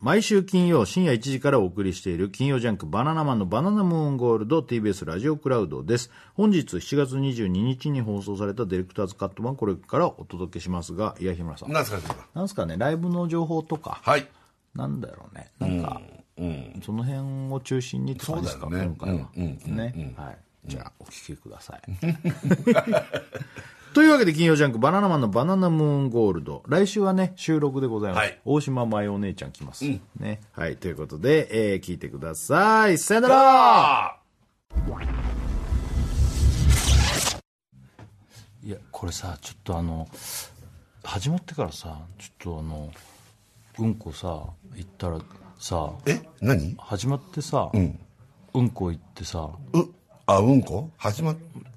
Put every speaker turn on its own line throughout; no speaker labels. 毎週金曜深夜1時からお送りしている金曜ジャンクバナナマンのバナナムーンゴールド TBS ラジオクラウドです。本日7月22日に放送されたディレクターズカット版これからお届けしますが、いや、日村さん。
何すか、それは
なんすかね、ライブの情報とか、
はい。
なんだろうね、なんか、その辺を中心にって感じですか、
そうだよね
今回は。
うんうんうん
ね、はい。じゃあ、お聞きください。 というわけで、金曜ジャンク、バナナマンのバナナムーンゴールド。来週はね、収録でございます。
はい
大島まよお姉ちゃん来ます。ね。はい、ということで、えー聞いてください。さよなら
あ
いやこれさちょっとあの始まってからさちょっとあのうんこさ行ったらさ
え何
始まってさ、うん、こ行ってさ
う、あ、うんこ始まっ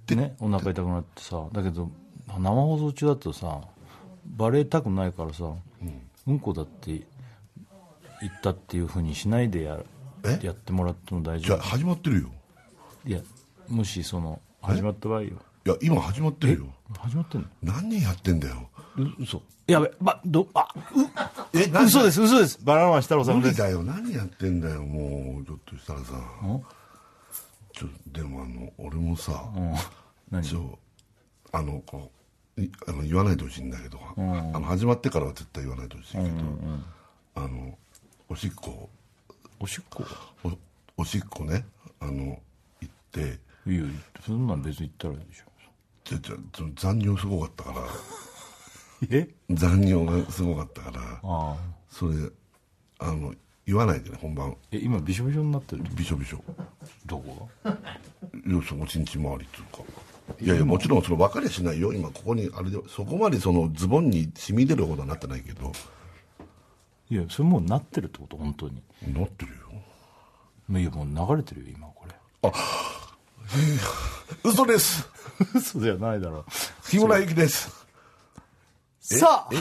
ねお腹痛くなってさだけど生放送中だとさバレたくないからさ、うん、こだって行ったっていうふうにしないでや
え
やってもらっても大
じ
丈
ゃ始まってるよ。
夫いやもしその始まった場合よ
いや、今始まってるよ。
始まってんの
何年やってんだよ。
う嘘やべばどあ
え、
う
何
嘘です嘘ですバナナマン設楽
無
さんで
理
す
だよ。何やってんだよ、もう。ちょっとしたらさ。ちょ、でもあの、俺もさ、
何
ちょ、あの、こう、いあの言わないでほしいんだけど、あの始まってからは絶対言わないでほしいけど、あの、おしっこ、
おしっこ
おおしっこね、あの、行って、
いやいやそんなん別に言ったらいいでしょ
じゃじゃその残業すごかったから
え
残業がすごかったから
ああ
それあの言わないでね本番
え今びしょびしょになってる
びしょびしょ
どこ
よそおちんち回りっていうかいやいやもちろんその別れしないよ今ここにあれでそこまでそのズボンに染み出るほどはなってないけど
いやそれもうなってるってこと本当に
なってるよ
いやもう流れてるよ今これ
嘘です
嘘じゃないだろ
日村ゆきです
さあ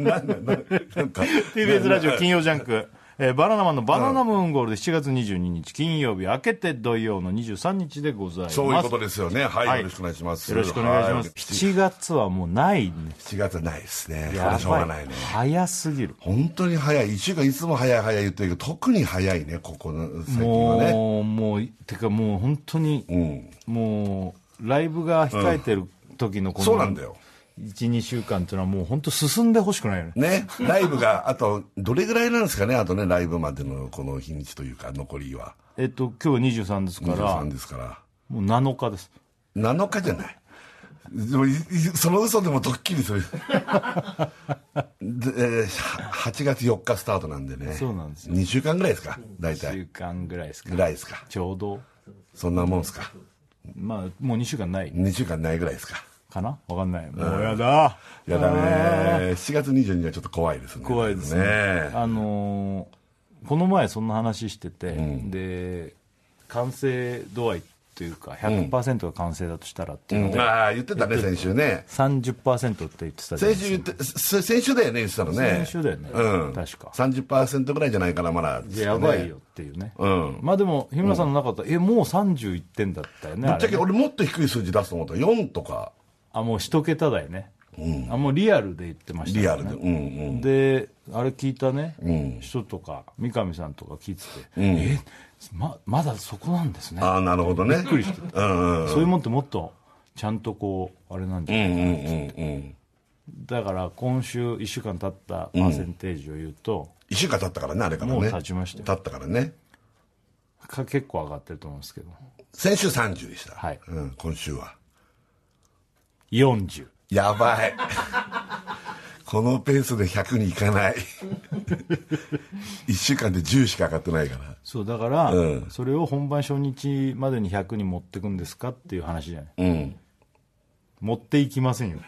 なんだななんか
TBS ラジオ金曜ジャンク、えーバナナマンのバナナムーンゴールで7月22日金曜日明けて土曜の23日でございます
そういうことですよねはい、
はい
よろしくお願いします
よろしくお願いします、
は
7月はもうないね
7月はないですねそれしょうがないね
早すぎる
本当に早い1週間いつも早い早い言ってるけど特に早いねここの最近はね
もうもうてかもう本当に、
うん
もうライブが控えてる時のこの、
そうなんだよ
12週間っていうのはもう本当進んでほしくないよ
ね
ね
ライブがあとどれぐらいなんですかねあとねライブまでのこの日にちというか残りは
えっと今日は23ですから
23ですから
もう7日です
7日じゃないでもいいその嘘でもドッキリするで、えーは8月4日スタートなんでね
そうなんです
2週間ぐらいですか大
1週
体
間ぐらいですか
ぐらいですか
ちょうど
そんなもんですか
まあもう2週間ない
2週間ないぐらいですか
かなわかんないもうやだ
やだね7月22日はちょっと怖いですね
怖いですねあのーこの前そんな話してて、で完成度合いというか100%が完成だとしたらっていうので、
ああ言ってたね先週ね
30%って言ってたじゃない
先週
ですか
言ってす先週だよね言ってたのね
先週だよね
うん、
確か
30%ぐらいじゃないかなまだ、
でやばいよっていうね、
うん
まあでも日村さんの中だと、えもう31点だったよね
ぶっちゃけ
あれね
俺もっと低い数字出すと思った4とか
あもう一桁だよね、あもうリアルで言ってました
リ
よ
ア
ね
ルで、うんうん
であれ聞いたね、
ん
人とか三上さんとか聞いてて、えままだそこなんですね
ああなるほどね
びっくりして
うんうん
そういうもんってもっとちゃんとこうあれなんじゃ
う
ない、
んうんうんうん
だから今週1週間経ったパーセンテージを言うと、
1週間経ったからねあれからね
もう経ちましたよ
経ったからね
か結構上がってると思うんですけど
先週30でした、
はい
うん、今週は
40
やばい このペースで100にいか ない1週間で10しか上がってないから
そうだから、
うん
それを本番初日までに100に持ってくんですかっていう話じゃない
うん
持っていきませんよ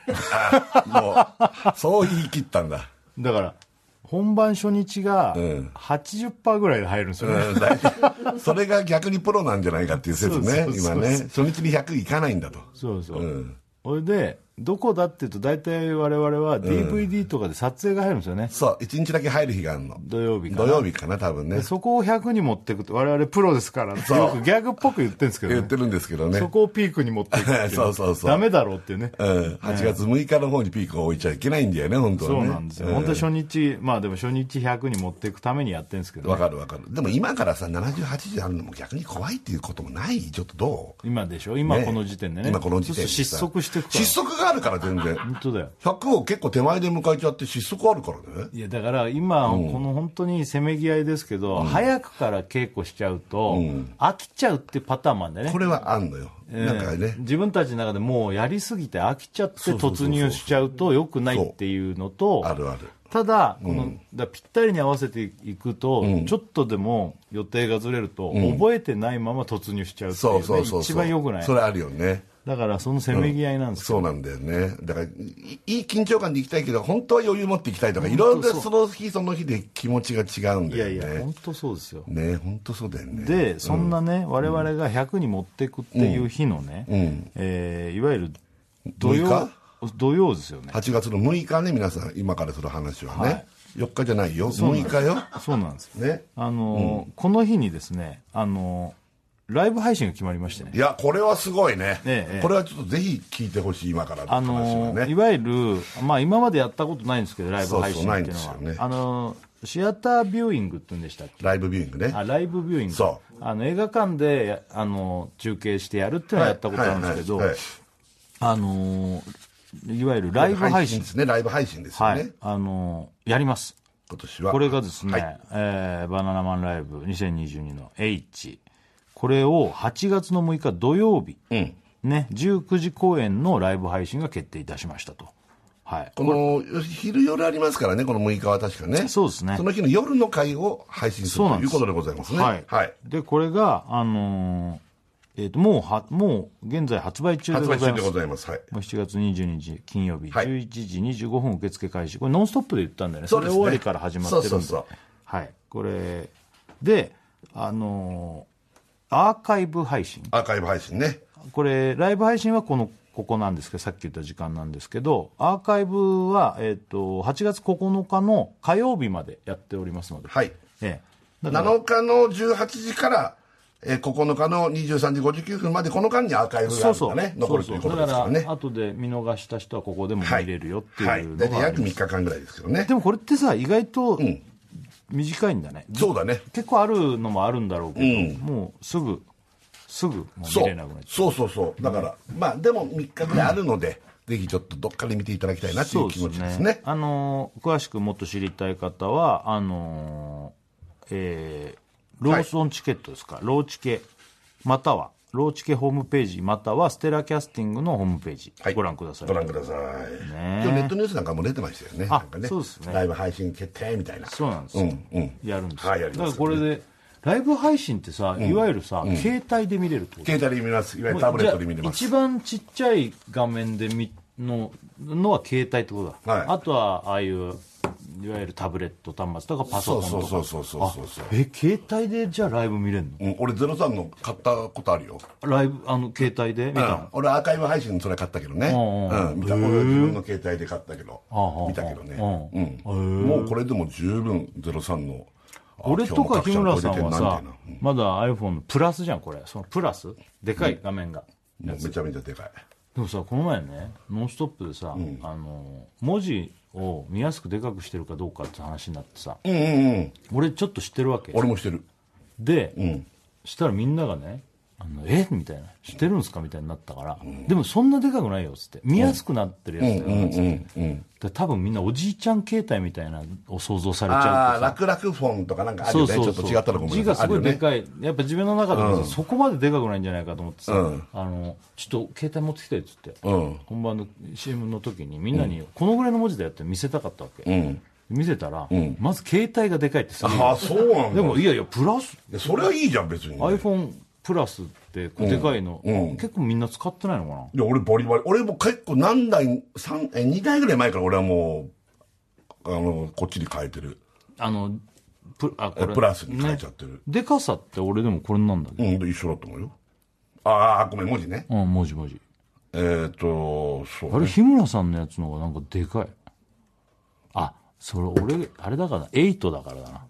あもう、そう言い切ったんだ。
だから本番初日が
うん
80%ぐらいで入るんです
う
よね、
ん、だいそれが逆にプロなんじゃないかっていう説ね、
そうそうそう
今ね。初日に100いかないんだと。
そうそう、
うん
それでどこだっていうと大体我々は DVD とかで撮影が入るんですよね、
そう一日だけ入る日があるの
土曜日か
土
ら
曜日かな多分ね
そこを100に持っていくと我々プロですからって
そう
よくギャグっぽく言ってるんですけど、ね
言ってるんですけどね
そこをピークに持っていくってい
そうそうそう
ダメだろうっていうね
うん、8月6日の方にピークを置いちゃいけないんだよね本当
そ
はね
うなんですよ、
うん
本当初日まあでも初日100に持っていくためにやってるんですけど
わ
ね
かるわかるでも今からさ7080あるのも逆に怖いっていうこともないちょっとど
今でしょ
う
今この時点でね
今この時点で
そう
さ
すると失速していくから
失速があるから全然
本当だよ
100を結構手前で迎えちゃって失速あるからね
いやだから今、この本当にせめぎ合いですけど、早くから稽古しちゃうと、飽きちゃうってパターンもあるんだよね
これはあんのよ、なんかね
自分たちの中でもうやりすぎて飽きちゃって
うそうそうそう
突入しちゃうとよくないっていうのと
あるある
ただこの、だぴったりに合わせていくと、ちょっとでも予定がずれると、覚えてないまま突入しちゃうっていう,、
そ
ね
うそうそうそう
一番よくない
それあるよね
だからそのせめぎ合いなんですけ
そ
ど、
うなんだよねだからいいい緊張感でいきたいけど本当は余裕持っていきたいとかいろいろその日その日で気持ちが違うんだ
いや
よね
いや本当そうですよ
ね本当そうだよね
でそんなね、我々が100に持っていくっていう日のね、えーいわゆる土曜
六
土曜ですよね
8月の6日ね皆さん今からする話はね、
はい
4日じゃないよ6日よ
そうなんです
ね
あのーこの日にですね、あのーライブ配信が決まりましてね
いやこれはすごいね、
ええええ
これはちょっとぜひ聞いてほしい今からの
あ
話
の
は
ーい
ね、
わゆる、まあ、今までやったことないんですけどライブ配信っていうのは
そうそうないんですよね
あのーシアタービューイングって言うんでしたっけ
ライブビューイングね
あライブビューイング
そ
あの映画館でやあのー中継してやるっていうのはやったことあるんですけど、
はいはい
あのーいわゆるライブ
はい
配信
ですねライブ配信ですよ
は
ね、
いあのーやります
今年は
これがですね、
はい
えーバナナマンライブ2022の H、これを8月の6日土曜日、ね、19時公演のライブ配信が決定いたしましたと。はい。
この昼夜ありますからねこの6日は確かね
そうですね
その日の夜の回を配信す
そ
る
うな
とい
んで
う
す
ことでございますね
はい。で、これが、あのーえっ、と、もうは、もう現在発売中で
発
ご
売
ざい
中です
ま。
ご
も
ざいますはいう
7月22日金曜日、
はい
11時25分受付開始、これ、ノンストップで言ったんだよね、そ
そう
れ
ですね
終わりから始まってるんで、
そうそうそう
はい、これ、で、あのーアーカイブ配信、
アーカイブ配信ね
これライブ配信はこのここなんですけどさっき言った時間なんですけどアーカイブは、えっと8月9日の火曜日までやっておりますので、
はい
ええ、だから
7日の18時から、えー、9日の23時59分までこの間にアーカイブが
そ
あ
う
る
そ
か
う
らね残ると
そ
いうう
そ
こ
う
と
だ
です
か
かららね
後で見逃した人はここでも見
はい
れるよって
はいいう大体
のがあり
約
ま
3
す
日間ぐらいですけどね
でもこれってさ意外と短いんだね、
そうだね
結構あるのもあるんだろうけど、もうすぐすぐもう見
そう
れなくなっちゃう
そうそうそうだから、まあでも3日ぐらいあるので、ぜひちょっとどっかで見ていただきたいなっていう気持ちですね
あのー詳しくもっと知りたい方はあのーえーローソンチケットですか、ローチケまたはローチケホームページまたはステラキャスティングのホームページ、
はい
ご覧ください
ご覧ください、今日ネットニュースなんかも出てましたよね
あ
なんかね
そうですね
ライブ配信決定みたいな
そうなんですよ、
うん
やるんですよ、
はいやります
だからこれでライブ配信ってさ、いわゆるさ、携帯で見れるってこと
携帯で見ますいわゆるタブレットで見れま
じゃあ
す
一番ちっちゃい画面で見ののは携帯ってことだ、
はい
あとはああいういわゆるタブレット端末とかパソ
そ
コ
う
ンとか
そうそうそうそうそうそう
え携帯でじゃあライブ見れんの
うん、俺03の買ったことあるよ、
ライブあの携帯で見た
うん
の、
俺アーカイブ配信それ買ったけどね、
んうん
うん、見た俺は自分の携帯で買ったけど
ああ
見たけどね、
う
うん、もうこれでも十分03のあ
俺とか
今日
日
も
村
各社
さ
超えて
んは
な
さ
みたいな
まだ iPhone のプラスじゃんこれそのプラスでかい画面が、
もうめちゃめちゃでかい
でもさこの前ね「ノンストップ!」でさ、あの文字を見やすくでかくしてるかどうかって話になってさ、
うんうんうん
俺ちょっと知ってるわけ
俺もしてる
で、したらみんながね「あのえみたいな「知ってるんですか?」みたいになったから、でもそんなでかくないよ」っつって見やすくなってるやつだよなっつって、で多分みんなおじいちゃん携帯みたいなのを想像されち
あ
ゃ
あ
うとさ
楽々フォンとかなんかある
そ
よ
う
ね
そう
ち
そう
ょっと違ったのごめん
字がすごいで
い
かい、やっぱ自分の中でもさ、そこまででかくないんじゃないかと思ってさ、
うん
あのちょっと携帯持ってきてっつって、
うん
本番の CM の時にみんなにこのぐらいの文字でやって見せたかったわけ、見せたら、まず携帯がでかいってすごい
ああそうなんだ
でもいやいやプラス
いやそれはいいじゃん別に、い
iPhone プラスってこうでかいの、結構みんな使ってないのかな
や俺バリバリ俺も結構何台三え2台ぐらい前から俺はもうあのこっちに変えてる
あのプあこ
え
れ
プラスに変えちゃってる、
でかさって俺でもこれなんだけ
うんで一緒だと思うよああごめん文字ね
どうん文字文字
えー、っと、そう、ね。
あれ、日村さんのやつの方がなんかでかい。あ、それ俺、あれだから、8だからだな。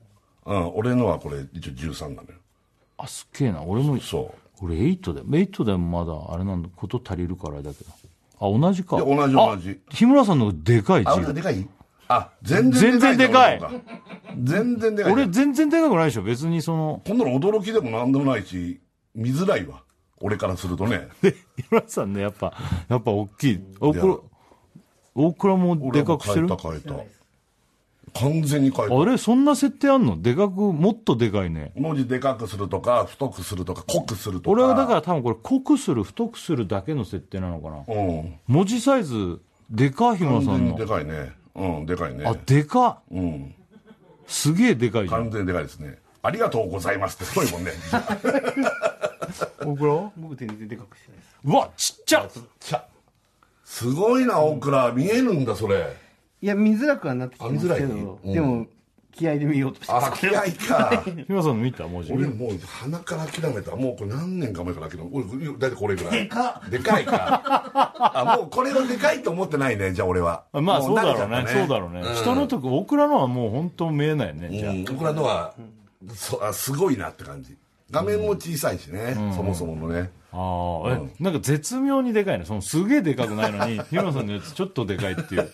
うん、俺のはこれ、一応13なのよ。
あ、すっげえな。俺も、
そう。
俺8だよ。8でもまだ、あれなんだ、こと足りるからあれだけど。あ、同じか。
いや同じ同じ
あ日村さんの方がでかい
あ、
字
俺がでかいあ、全然
全然でか
俺
い
の方が全然でかい。
俺、全然でかくないでしょ。別にその、
こんなの驚きでもなんでもないし、見づらいわ。俺からするとね。
で、日村さんね、やっぱ、やっぱ大きい。大
い
倉
や、
大倉もでかくしてる
俺は変えた変えた。完全に変えた。
あれ、そんな設定あんのでかく、もっとでかいね。
文字でかくするとか、太くするとか、濃くするとか。
俺はだから多分これ、濃くする、太くするだけの設定なのかな。
ら。うん。
文字サイズ、でかい日村
完
さ
全
ん
に
の
で。かいね。うん、でかいね。
あ、でかっ
うん。
すげえでかいじゃん。
完全にでかいですね。ありがとうございますってすごいもんね。
大倉
僕全然でかくしてないです
うわ、ちっちゃ
すごいな、大倉。見えるんだ、それ。
いや見づらくはなってきてますけ
あ見づらい
ど、でも気合で見ようとして
あ
ま
ら、
す
嫌いか。
日村さんの見た文字。
俺もう鼻から諦めたもうこれ何年か前から諦めた俺大体これぐらいでかでかいかあもうこれをでかいと思ってないねじゃあ俺は
あまあ、
も
そうだ
慣れち
ろ
ゃ
う
った
ね。そうだろうね。人のとこ、僕らのはもう本当見えないね。じゃあ
うん僕らのはそあすごいなって感じ画面も小さいしね、そもそものね
ああ、え、なんか絶妙にでかいね。そのすげえでかくないのに、日村さんのやつちょっとでかいっていう。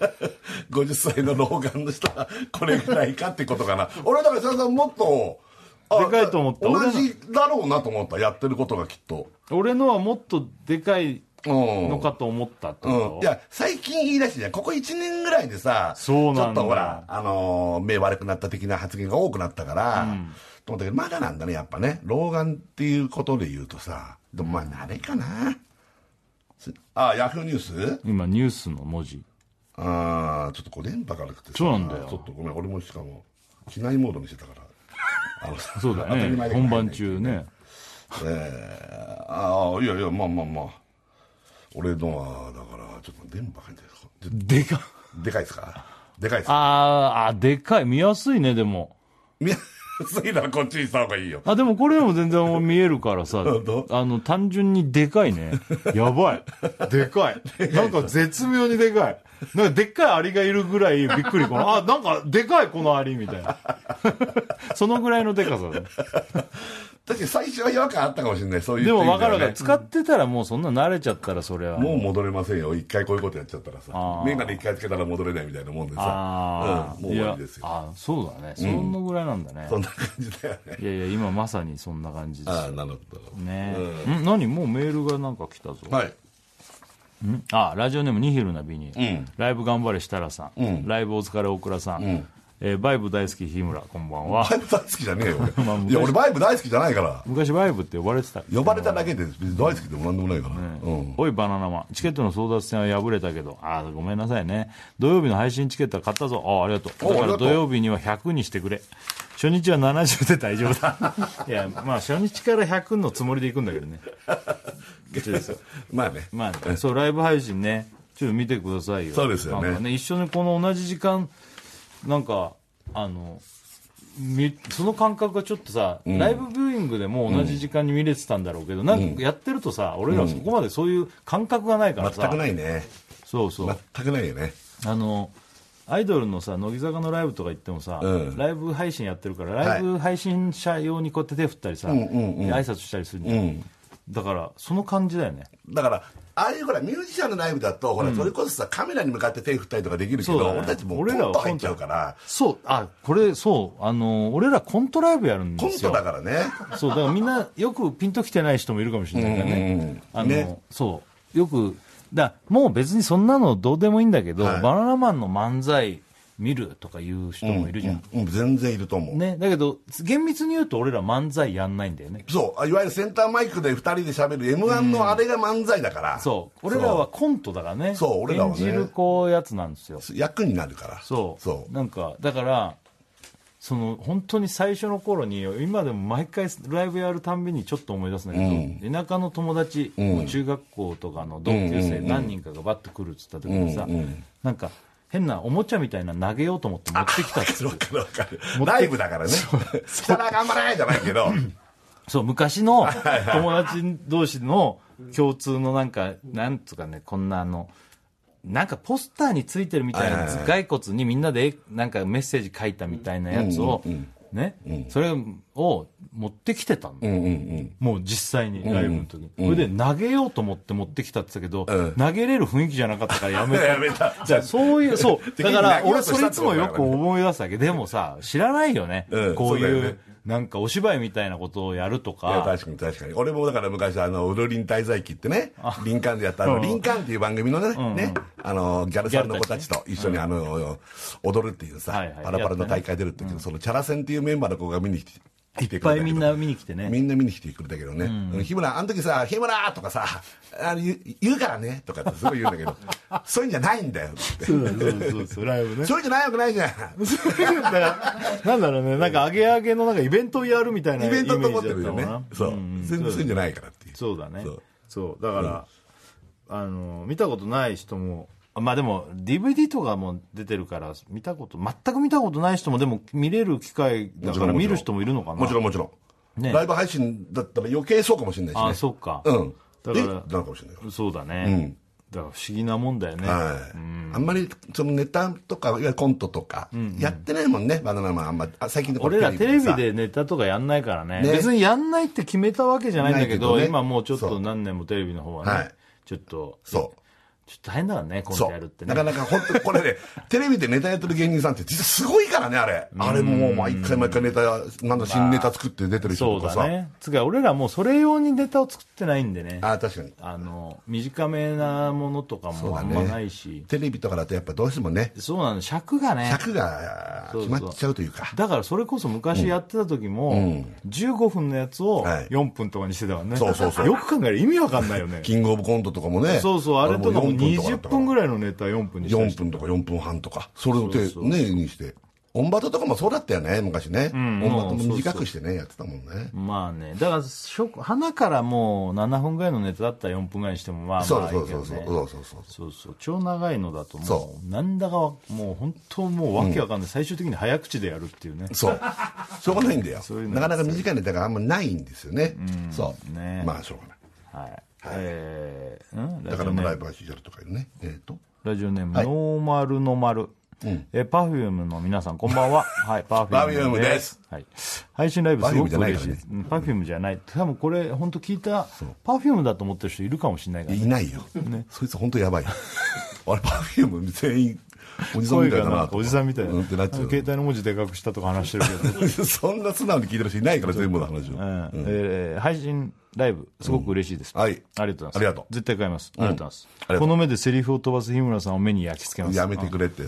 50歳の老眼の人はこれぐらいかってことかな俺はだからさださんもっとあ
でかいと思った
同じだろうなと思ったやってることがきっと
俺のはもっとでかい
うん
のかと思ったって
うん、
こ
いや最近言い出してじゃんここ1年ぐらいでさ
そうなんだ
ちょっとほら、あのー目悪くなった的な発言が多くなったから、と思ったけどまだなんだねやっぱね老眼っていうことで言うとさでもまあ慣れかな、すあヤフーニュース
と今、ニュースの文字。
ああちょっとこう電波が悪くてさ
そうなんだよ
ちょっとごめん俺もしかも機内モードにしてた からあのさ
そうだ
当たり
ね
前。だけど
本番中ね。
えー、ああいやいやまあまあまあ俺のはだからちょっと電波がいいんだよで
でかっ
でかいですかでかいですか
あーあ、でかい。見やすいね、でも。
見やすいならこっちにした方がいいよ。
あ、でもこれでも全然見えるから さ、
当
あの、単純にでかいね。やばい。でかい。なんか絶妙にでかい。なんかでっかいアリがいるぐらいびっくりこの、あ、なんかでかいこのアリみたいな。 そのぐらいのでかさだね
確かに最初は違和感あったかもしれない。そういう、
でも分かるから、
ね。
使ってたらもうそんな慣れちゃったらそれは。
もう戻れませんよ。一回こういうことやっちゃったらさ
あ。ー
メガネ一回つけたら戻れないみたいなもんでさ
あ。
う
あ、
ん、もう終わりです
い
よ。
やあそうだね。そんなぐらいなんだね。
そんな感じだよね。
いやいや、今まさにそんな感じです
ああ、なるほど。
ね。ん何もうメールがなんか来たぞ。
はい。
あラジオネームニヒルなビニ、
ん
ライブ頑張れ設楽さん、ライブお疲れ大倉さん、えーバイブ大好き日村こんばんは
バイブ大好きじゃねえよ。
あ
俺
昔
いや、俺バイブ大好きじゃないから。
昔バイブって呼ばれてた
呼ばれただけで別に大好きでもなんでもないから。うん。
おいバナナマンチケットの争奪戦は敗れたけどあーごめんなさいね土曜日の配信チケットは買ったぞあーありがと
お
うだ
あ
か
りが
ら
と
土
う
曜日には100にしてくれ初日は70で大丈夫だ いやまあ初日から100のつもりでいくんだけ どね
まあね。
まあ、そう、ライブ配信ね、ちょっと見てくださいよ。
そうですよね
なんか一緒にこの同じ時間、なんか、あの、みその感覚がちょっとさ、ライブビューイングでも同じ時間に見れてたんだろうけど、なんかやってるとさ、俺らはそこまでそういう感覚がないからさ、
全くないね。
そうそう、
全くないよね。
あの、アイドルのさ乃木坂のライブとか行ってもさ、
うん
ライブ配信やってるからライブ配信者用にこうやって手振ったりさ、で挨拶したりするじゃん、だからその感じだよね
だからああいうほらミュージシャンのライブだとほら、それこそさカメラに向かって手振ったりとかできるけ
そう
ど、
だね
俺たちもう
俺
ポ
ら
ン
は
と入っちゃうから
そう、あ、これ、そう、あの、俺らコントライブやるん
コン
です
ト
よ。
だからね
そう、だからみんなよくピンときてない人もいるかもしれないからね。あの、
ね
そう、よく、だもう別にそんなのどうでもいいんだけど、
はい
バナナマンの漫才見るとかいう人もいるじゃん。
うん、全然いると思う、
ね、だけど、厳密に言うと俺ら漫才やんないんだよね。
そうあいわゆるセンターマイクで2人で喋る m 1のあれが漫才だから、
そう、俺らはコントだからね。
そう俺らはね
演じるこうやつなんですよ。
役になるから
そう
そう
なんかだからその本当に最初の頃に今でも毎回ライブやるたんびにちょっと思い出すんだけど、田舎の友達、もう中学校とかの同級生何人かがバッと来るっつった時にさ、なんか変なおもちゃみたいなの投げようと思って持ってきたっつ って
わかるわかるライブだからね「設楽頑張れ!」じゃないけど
そう、昔の友達同士の共通のなんか、なんとかね、こんなあの、なんかポスターについてるみたいなやつ、骸骨にみんなでなんかメッセージ書いたみたいなやつを、ね、それを持ってきてたの。もう実際にライブの時に。それで投げようと思って持ってきたって言ったけど、投げれる雰囲気じゃなかったからやめた。
やめた
じゃあそうい う、そう。だから
敵に投げよ
俺
うと
そ
した
れ
っ
い
て
つ
こと
も
だからね
よく思い出すわけ。でもさ、知らないよね
う。ん
こう
そう
い
だよ
う
ね。
なんかお芝居みたいなことをやると
いや
か、
確かに確かに俺もだから昔あのウルリン滞在記ってね林間でやったあの林間っていう番組のね,、ねあのギャルさんの子たちと一緒にあの、踊るっていうさ、
はいはい
パラパラの大会出るっていう、そのチャラ戦っていうメンバーの子が見に来て
い
来て
っ
くれ
ぱ
たけど
いみんな見に来て
み
ね。
んな見に来てくれたけどね、日村あの時さ「日村!」とかさあの言う言うからね」とかってすごい言うんだけどそういうんじゃないんだよって
そうそうそうそう、ライブね。
そういうんじゃないわけないじゃ
だ
ん
から、なんだろうね、なんか、あげあげのなんかイベントをやるみたいな
イ
イメ
ベ
ー
ン
ジだ
ト
っ
と
た
思
の
ってるよ
か
ね
な。
そう全然そういうんじゃないからっていう
そうだね
そう。
そう、だから、あの、見たことない人も、あまあでも、DVD とかも出てるから、見たこと、全く見たことない人も、でも見れる機会だ
もちろ
か
んもち
ら
ろん
見る人もいるのかな。
もちろんもちろん、
ね
ライブ配信だったら余計そうかもしれないしね
あ、そうか。
うん
だ
で
か
な
ら
のかもしれないよ
そうだね。だから不思議なもんだよね。
はい、あんまりそのネタとかいわゆるコントとかやってないもんね、バナナマンあんまあ最近のこ
俺
れ
らテレビ
さ
でネタとかやんないからね
ね
別にやんないって決めたわけじゃないんだけど
ないけどね
今もうちょっ
そ
と
う
何年もテレビの方はね、
はい
ちょっと
そ
ちょっと大変だからねコ
う
ン
そ
ト
う、
やるってね
なかなか本当にこれね テレビでネタやってる芸人さんって実はすごいからねあれあれもう毎回毎回ネタなんだ新ネタ作って出てる人
そう
とか
だ
さ、
ねつうか俺らもうそれ用にネタを作ってないんでねあ
ああ確かに
の短めなものとか
そう
もあ
だ
ん
ね
まないし
テレビとかだとやっぱどうしてもね
そう,、なの尺がね
尺が決まっちゃうというか
だからそれこそ昔やってた時も、15分のやつを
はい
4分とかにしてたからね、
そうそうそう
よく考える意味わかんないよ ね
キングオブコントとかもね
そうそうあれとか
4
も20分ぐ
い
らいのネタ4分にしたりし
4
て
分とか4分半とかそれをてねにしてオンバトとかもそうだったよね昔ね、オンバトも短くしてねやってたもんね
まあね、だからしょ、花からもう7分ぐらいのネタだったら4分ぐらいにしても、まあ
そ
ま
う
あい
そ
いうけ
そ
ど
うそう
ね。
そうそうそう
そうそう超長いのだとも
そう
なんだかわもう本当もうわけわかんない、最終的に早口でやるっていうね
そうしょうがないんだよ
ういうの
なかなか短いネタがあんまないんですよね、そう
ね
まあしょうがない
はい、えーんラ
だか
ジオ
ら
ネ
まあラ
ー
イ
ム
ブ配信やるとかいうねえっ、と
ラジオネーム、ノーマルの丸、えパフュームの皆さんこん ばんははいパフューム
Perfume です、
はい、配信ライブすごく
Perfume
嬉しいですパフュームじゃない,、多分これ本当聞いたパフュームだと思ってる人いるかもしれないからね
いないよ、そいつ本当やばい あれパフューム全員おじさん
声
みたい
が
だ
な
なん
かおじさんみたいな、
うんってなっちゃう
携帯の文字でかくしたとか話してる けど、
そんな素直に聞いてる人いないから全部の話を、
うんえー配信ライブすごく嬉しいです、
うんはい
ありがとうございます
ありがとう
絶対買います、ありがとうござ
あ
い
り
ます
がと
こ
う
の目でセリフを飛ばす日村さんを目に焼き付けます
やめてくれって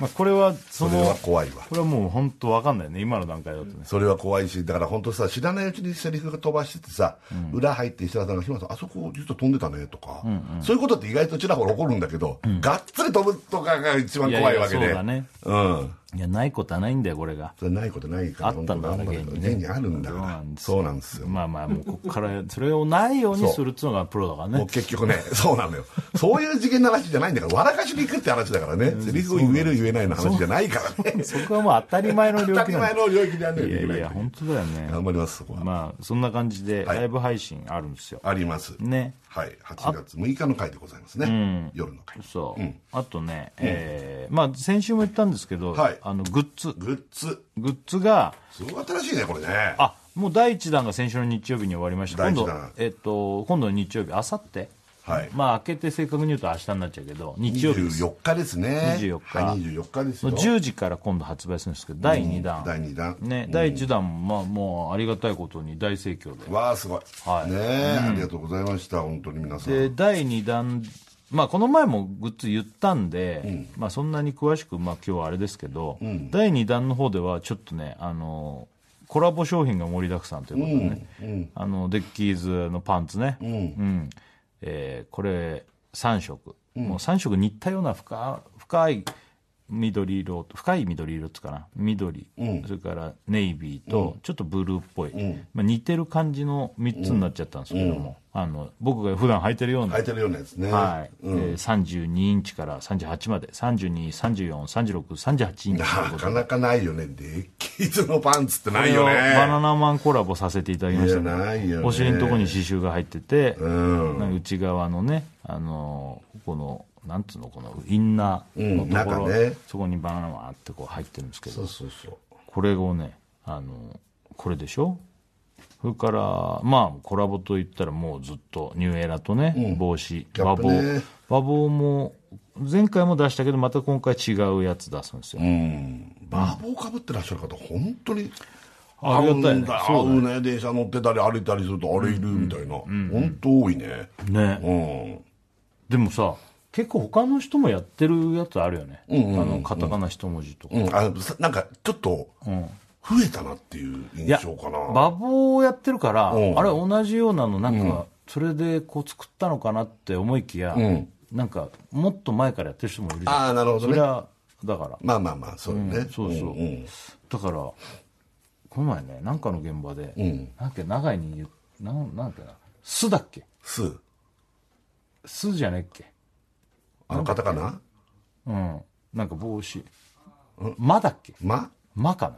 まあ、これは
そ
その
れは怖いわ
これはもう本当わかんないね今の段階だとね
それは怖いしだから本当さ知らないうちにセリフが飛ばしててさ、裏入って石田さんが「日村さんあそこ実は飛んでたね」とか、そういうことって意外とちらほら起こるんだけど、がっつり飛ぶとかが一番怖いわけで
いやいやそうだね
うん
いやないことはないんだよこれが
それないことないから
あったんだ
本当
あ
な
れ
んだ
現にね
現にあるんだからそうなんですよ
まあまあもうここから それをないようにするっつうのがプロだから
もう
ね
結局ね、そうなのよ。そういう次元の話じゃないんだから、笑かしに行くって話だからね。セリフを言える言えないの話じゃないからね。
そこはもう当たり前の
当
領
た
域
り
なんだ
前の領域でやんなきゃい
い
け
や
ない
いや本当だよね
頑張ります、そこは。
まあそんな感じでライブ配信あるんですよ、
あります。
ね
はい、8月6日の回でございますね、夜の回
そう、あとね、えーまあ、先週も言ったんですけど、
はい
あのグッズ
グッズ
グッズが
すごい新しいねこれね
あもう第1弾が先週の日曜日に終わりました
第
今
一
度
弾,、
えっと今度の日曜日あさって
はい
まあ明けて正確に言うと明日になっちゃうけど日曜日です
24日ですね
24日
はい、24日です
の
よ
10時から今度発売するんですけど第2弾、
第2弾
ね、第1弾、まあ、もうありがたいことに大盛況で
わあすごい、
はい
ねえ、ありがとうございました本当に皆さん
で第2弾、まあ、この前もグッズ言ったんで、まあ、そんなに詳しく、まあ、今日はあれですけど、第2弾の方ではちょっとねあのコラボ商品が盛りだくさんということでね、あのデッキーズのパンツね、うんえーこれ3色、もう3色似たような深深い緑色と深い緑色っつうかな緑、それからネイビーとちょっとブルーっぽい、まあ、似てる感じの3つになっちゃったんですけども、あの僕が普段履いてるような
空いてるようなやつね、
はい、えー32インチから38まで32343638インチという
な
こと
かなかないよねでっけいつのパンツってないよ
これをバナ
ね。
ナマンコラボさせていただきました
いやないよね
お尻のところに刺繍が入ってて、
ん
なんか内側のね、あのーこの、なんつうの、このインナーのところ、
うん中ね
そこにバナナマンってこう入ってるんですけど、
そうそうそう。
これをね、あのーこれでしょそれから、まあ、コラボといったらもうずっとニューエラとね、帽子、
ャッ
和
プ
帽
ね、
和帽も、前回も出したけど、また今回違うやつ出すんですよ。
バーボーかぶってらっしゃる方、本当に。
ありがたい
合うん
ね
だ合うね。電車乗ってたり歩いたりすると、あれいるみたいな。本当多いね。
ね。
うん。
でもさ結構他の人もやってるやつあるよね、あのカタカナ一文字とか、
うん、あさなんかちょっと増えたなっていう印象かな、
馬房をやってるから、
ん
あれ同じようなのなんか、それでこう作ったのかなって思いきや、
ん
なんかもっと前からやってる人もいるじゃん
ああなるほど
それ
ね
はだから
まあまあまあそうね、
そうそう、だからこの前ねなんかの現場で、
ん
なんか長井に言うなんなんだっけな「す」だっけ
す
「す」じゃねっけ
あの方かな
うんなんか帽子「ま」だっけ
ま
「ま」かな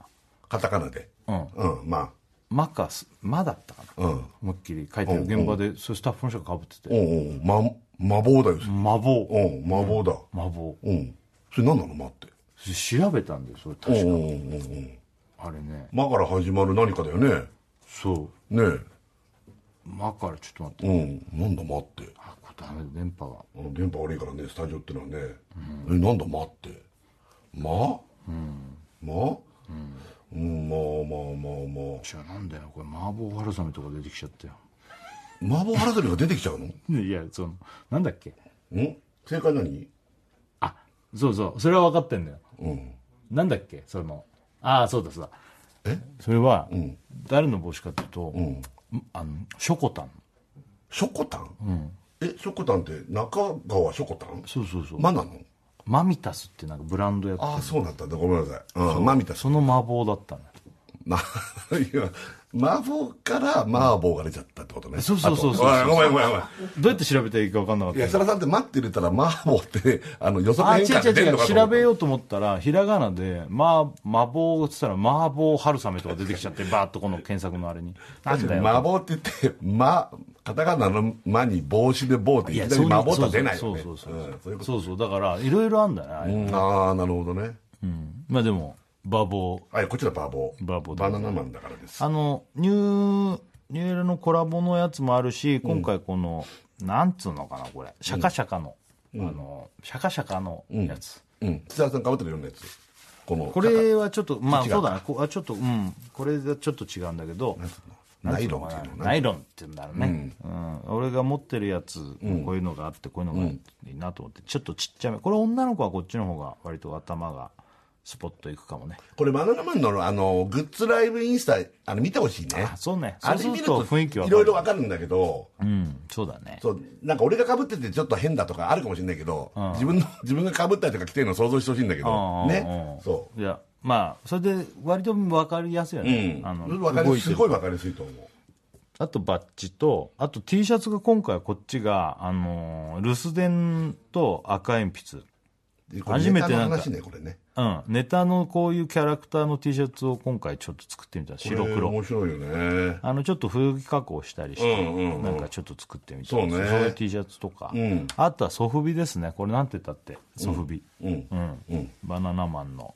カタカナで
うん
うんま
マカス、マだったか
あ
な、
うん
思いっきり書いてる現場で、そういうスタッフの人がかぶって
お
て、
うおうま魔法だよ
マボ
おうん魔法だ
マボ
うん、それ何なの魔って
調べたんですよ、それ
お
確
う
か。
おうおううん
あれね、
魔から始まる何かだよね
そ
ね
う、マからちょっと待って、
えうんなんだ魔って
あ、これダメだ、電波が。
あの電波悪いからねスタジオってのはね、えなんだ間って間、間、うん、まあま
じゃあなんだよ、これ、麻婆春雨とか出てきちゃったよ。
あまあまあ麻婆原鳥が出てきちゃうのん
いや、その、なんだっけ
正解何
あ、そうそう、それは分かってんだよ。
うん
なんだっけその、ああ、そうだそうだ。
え
それは、誰の帽子かっていうと、
ん
あの、ショコタン。
ショコタン、えショコタンって中川ショコタン
そうそうそう。
マなの
マミタスってなんかブランドやって
ああそうだったんだごめんなさい、うん、マみたい
その麻婆だったね。
な いや麻婆から麻婆が出ちゃったってことね
そうそうそうそう
あとごめんごめんごめん
どうやって調べたらいいか分かんなかっ
い
た
や設楽さんって待って入れたら麻婆ってあの予測
あ違う
変換
違
で出
う
る
違
の
う
かと思
調
った
べようと思ったらひらがなで「まあ麻婆」っつったら「麻婆春雨」とか出てき ちゃってバーッとこの検索のあれになんだよ
マボって言って、ま、カタカナのまに帽子で棒っていきなりマボとは出ないよね。
そうそうそううん
そういうこ
そうそうだからいろいろあんだねあれ、
と。ああ、なるほどね。
まあでも麻婆
はい、こっちらバーボー。
バーボーで
バ
ご
ナナマンだからです。
あのニューニューエラのコラボのやつもあるし今回この、なんつうのかなこれシャカシャカの、あのシャカシャカのやつ、
うん。設楽さんかぶってるようなやつ。この、
これはちょっとまあそうだなこあちょっとうんこれがちょっと違うんだけど
ナイロンっていうの
ナイロンっていうんだろうね、うん俺が持ってるやつ、こういうのがあってこういうのがいいなと思ってちょっとちっちゃめこれ女の子はこっちの方が割と頭がスポッといくかもね
これバナナマンのあの、グッズライブインスタ、あの、見てほしいね
あ。そうね
あ
そう
れ
す
見
る
る
と
と、
雰囲気はい
ろいろわかるんだけど、
うんそうだね
そう、なんか俺が被っててちょっと変だとかあるかもしれないけど、自分の、 自分が被ったりとか着てるの想像してほしいんだけど、ね。そう
いやまあそれで割と分かりやすいよ
う
ね、
ん。
あの
わか
動
り
いて
す
る
ごいわかりやすいと思う。
あとバッジと、あと T シャツが今回はこっちが、あのー留守電と赤鉛筆。初めてなんか
これネタの話ねこれね
うん。ネタのこういうキャラクターの T シャツを今回ちょっと作ってみた。白
これ
黒。
面白いよね
あの、ちょっと風加工したりして、なんかちょっと作ってみた。
そうね
そういう T シャツとか。あとはソフビですね。これなんて言ったって、ソフビ。
うん
うん。バナナマンの、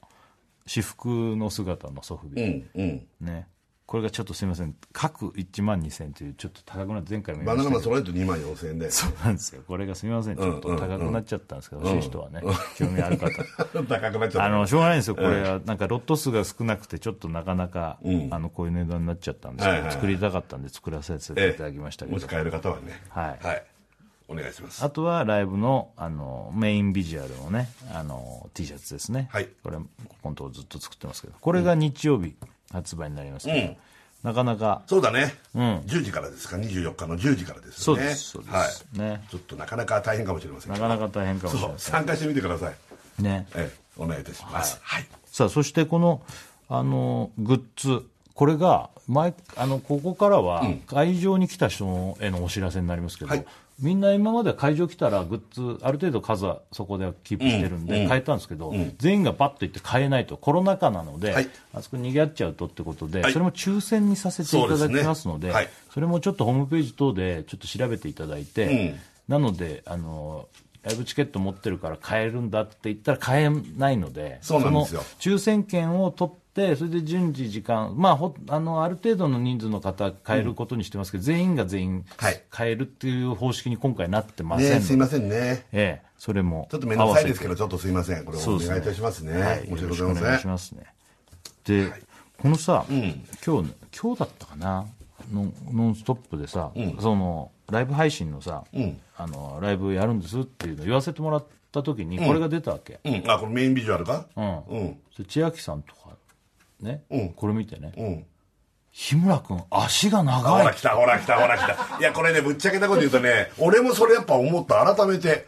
私服の姿のソフビ。
うんうん
ね。これがちょっとすみません。各1万2000という、ちょっと高くなって、前回も言い
バナ
ましたけ
ナ
ど
マン揃えると2万4000円で
そうなんですよ。これがすみません。ちょっと高くなっちゃったんですけど、欲しい人はね、興味 ある 方。
高くなっちゃ
あ
っ
の、しょうがないんですよ。これは、なんかロット数が少なくて、ちょっとなかなか、あの、こういう値段になっちゃったんです
は
け
いはい
ど、
はい
作りたかったんで作らせていただきまし
た
たけ
も
ど
し。買える方はね
はい
はいお願いします
あとはライブの、あの、メインビジュアルのね、あの、T シャツですね。
はい
これ、ここのとこずっと作ってますけど、これが日曜日発売になりますけど、なかなか、
そうだね10時からですか24日の10時からですよね
そうです、そうで
はい
す。ね。
ちょっとなかなか大変かもしれません
な
け
か
ど
なか大変かもしれ
そ
ないう
参加してみてください
ね。
ええお願いいたしますはい
さあそしてこのあのグッズこれが前あのここからは会場に来た人へのお知らせになりますけど、
はい
みんな今までは会場来たらグッズある程度数はそこではキープしてるんで買えたんですけど、全員がパッと行って買えないとコロナ禍なので、
はい
あそこにぎわっちゃうとってことで、
はい
それも抽選にさせていただきます
そうで
のでそ
すねはい
れもちょっとホームページ等でちょっと調べていただいて、なのであのライブチケット持ってるから買えるんだって言ったら買えないので
そうなんですよ
その抽選券を取って、それで順次、時間、まあ、ほあのある程度の人数の方、変えることにしてますけど、全員が全員
はい
変えるっていう方式に今回なってませんの
ね
で、
すいませんね
ええ、それも
ちょっと面倒くさいですけど
合わ
ちょっとすいませんこれお願いいたしますね
せて
申し
よ
訳
ろ
ございませ
しくお
ん
願いしますね。で、このさ、今日ね、今日だったかな、のノンストップでさ、そのライブ配信のさ、あの、ライブやるんですっていうの言わせてもらった時に、これが出たわけ。
うん、あこれメインビジュアルか
うん
うん
それ千秋さんとか、ね、これ見てね、
うん
日村君足が
ほ
長
ら
い
来たほら来たほら来たいやこれねぶっちゃけたこと言うとね俺もそれやっぱ思った改めて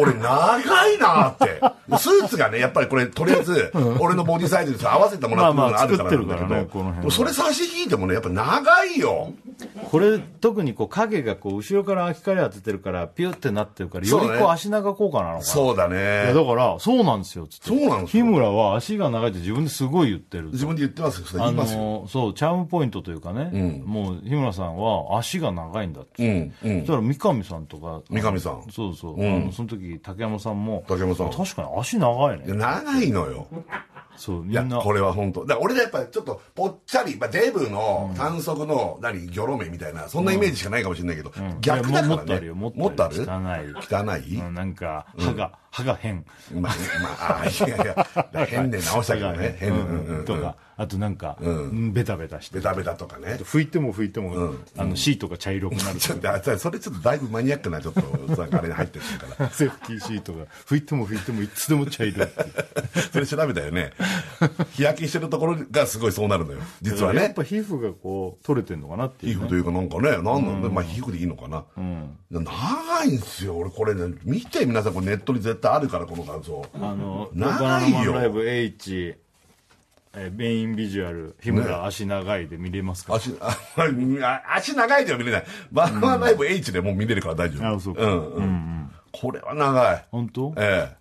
俺長いなってスーツがねやっぱりこれとりあえず俺のボディサイズに合わせてもらってるのがあるからなんだけど、
まあまあ作ってるからねこの辺は
それ差し引いてもねやっぱ長いよ
これ特にこう影がこう後ろから光当ててるからピュってなってるからよ
そう
りこ
ね
う足長効果なのかな
そうだ
いや
ね
だからそうなんですよつって
そうなんです
日
よ
村は足が長いって自分ですごい言ってる
自分で言ってますよそれ
あ
言いますよ、
のそうチャームポイントというかね、もう日村さんは足が長いんだって、
うんうん
そしたら三上さんとか
三上さん
そうそう、あのその時竹山さんも
竹山さん
確かに足長い
いや
ね
長いのよ
そうみ
いや
んな
これは本当だから俺らやっぱちょっとぽっちゃり、まあ、デブの短足の何ギョロ目みたいなそんなイメージしかないかもしれないけど、逆だ
いやもも
か
っとあ
ら
る
ね
よもっと
もっとあ
あ
る
る汚い
汚い
うんなんか歯が、歯が変
まあ、まああ、いやいや、だから変で直したけど ね、変、うんうん
とかあとなんか、ベタベタして
ベタベタとかね。
拭いても拭いても、あのシートが茶色く なる
ちょっと、あそれちょっとだいぶマニアックな、ちょっと、なんかあれに入ってるから。
セーフティーシートが拭いても拭いてもいつでも茶色いっていう
それ調べたよね。日焼けしてるところがすごいそうなるのよ。実は
やっ
ね
ぱ。皮膚がこう取れてんのかなって
皮
いう、ね、
膚というかなんかね、なんなんまあ皮膚でいいのかな。長いんですよ、俺これね、見て皆さん、これネットに絶対あるから、この感想。
あのバナ
長
ナ
いよ
マンライブ H えーメインビジュアル日村足長いで見れますから、
足、ああ足長いでは見れない。バナナライブ H でもう見れるから大丈夫。
あそうか
うんうん。これは長い。
本当
え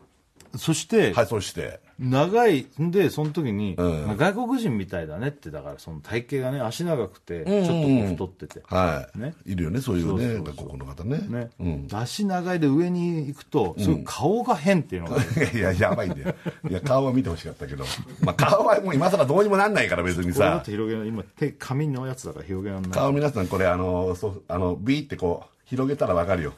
そして、
え。はい、そして。
長いんでその時に、外国人みたいだねってだからその体型がね足長くてちょっとこう太ってて、
はい、
ね
いるよねそういうね外国の方ね
ね足長いで上に行くと、そういう顔が変っていうのが、
いややばいんだよいや顔は見てほしかったけど、まあ、顔はもう今更どうにもなんないから別に
これだっ
さ
て広げない今手紙のやつだから広げらんない
顔皆さんこれあのそうあのビーってこう広げたらわかるよ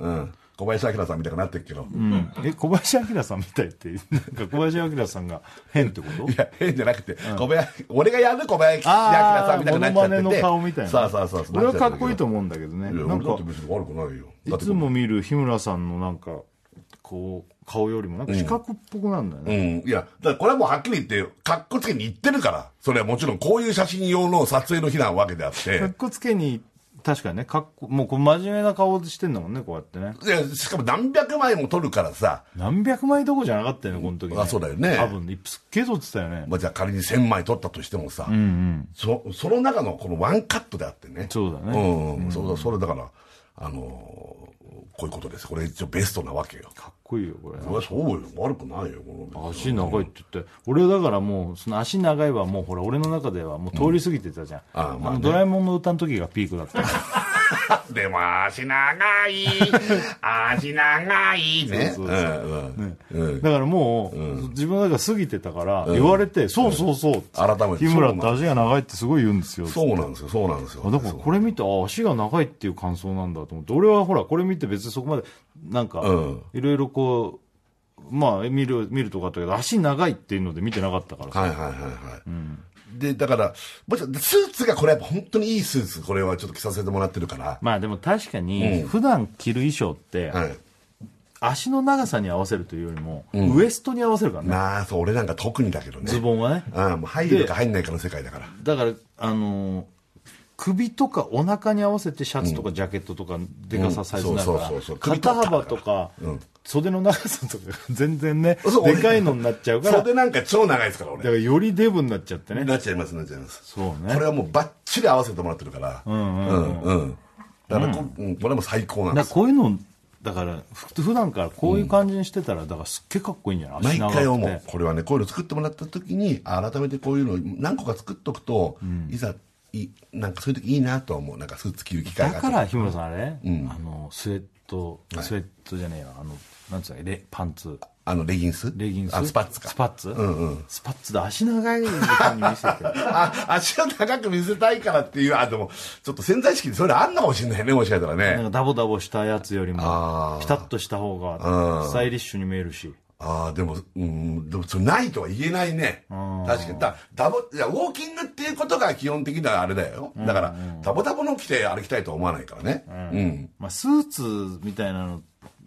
うん、小林明さんみたいになってるけど、
うんえ小林明さんみたいってなんか小林明さんが変ってこと
いや変じゃなくて、小林俺がやる小林明さんみたいになっちゃってて
あーモノマネの顔みたいな
そうそうそうそう
俺はかっこいいと思うんだけどね
いや
なん
俺だ
か
って別に悪くないよ
いつも見る日村さんのなんかこう顔よりもなんか四角っぽくなんだよ
う
ね、
ん。いや、だからこれはもうはっきり言って、かっこつけに言ってるから。それはもちろんこういう写真用の撮影の日なわけであって
かっ。こつけに確かにねかっこもうこう真面目な顔してんだもんねこうやってね
いや、しかも何百枚も撮るからさ。
何百枚どころじゃなかったよねこの時ね
あそうだよね
多分すっげえ撮ってたよね、
まあ、じゃあ仮に1000枚撮ったとしてもさ、そその中のこのワンカットであってね。
そうだ
う
ね、
ん、うん、そうだ、それだから、あのーこういうことです。これ一応ベストなわけよ。
かっこいいよこれ
そりゃそうよ。悪くないよ、この。
足長いって言って俺だからもうその足長いはもうほら俺の中ではもう通り過ぎてたじゃん、
あーまあね
のドラえもんの歌の時がピークだった
でも足長 い、足長いね。
そう
う
うんそう
んうん
だからもう、自分の中過ぎてたから、言われて、そうそうそうって
改めて
日村って足が長いってすごい言うんですよ。
そうなんですよ、そうなんですよ。
あだからこれ見て、あ、足が長いっていう感想なんだと思って、俺はほら、これ見て別にそこまで、なんか
うん、
いろいろこう、まあ、見る、見るとこあったけど、足長いっていうので見てなかったからさ。
はいはいはいはい、でだからもちろんスーツがこれやっぱ本当にいいスーツこれはちょっと着させてもらってるから、
まあでも確かに、普段着る衣装って、
はい、
足の長さに合わせるというよりも、ウエストに合わせるからね、
まあそう俺なんか特にだけどね
ズボンはね。
ああもう入るか入んないかの世界だから
だからあのー首とかお腹に合わせてシャツとかジャケットとかでかさサイズになるから
そうそうそうそう首と
肩
か
幅とか袖の長さとかが 全然ね
そう
でかいのになっちゃうからだか
袖なんか超長いですから俺
らよりデブになっちゃってね
なっちゃいますなっちゃいます
そうね
これはもうバッチリ合わせてもらってるからうんうんうんだからこ、うんこれも最高なんで
だ
す
からこういうのだからふ普段からこういう感じにしてたら、だからすっげえかっこいいんじゃない
毎回思う
て
これはねこういうの作ってもらった時にあ改めてこういうのを何個か作っとくと、いざいなんかそういう時いいなとは思うなんかすぐ尽きる機会が
だ
ある
から日村さんあれ、あのスウェットスウェットじゃねえよあのなんつうのレパンツ
あのレギンス
レギンス
あスパッツか
スパッツ、スパッツで足長い時間に見せ て
あ足を高く見せたいからっていうあでもちょっと潜在意識でそれあんのかもしれないねもしかしたら
なん
ね
かダボダボしたやつより
あ
も
ー
ピタッとした方がスタイリッシュに見えるし
ああでもうんでもそれないとは言えないね確かにだダボいやウォーキングっていうことが基本的なあれだよだから、ダボダボの着て歩きたいとは思わないからねうん、
まあ、スーツみたいなの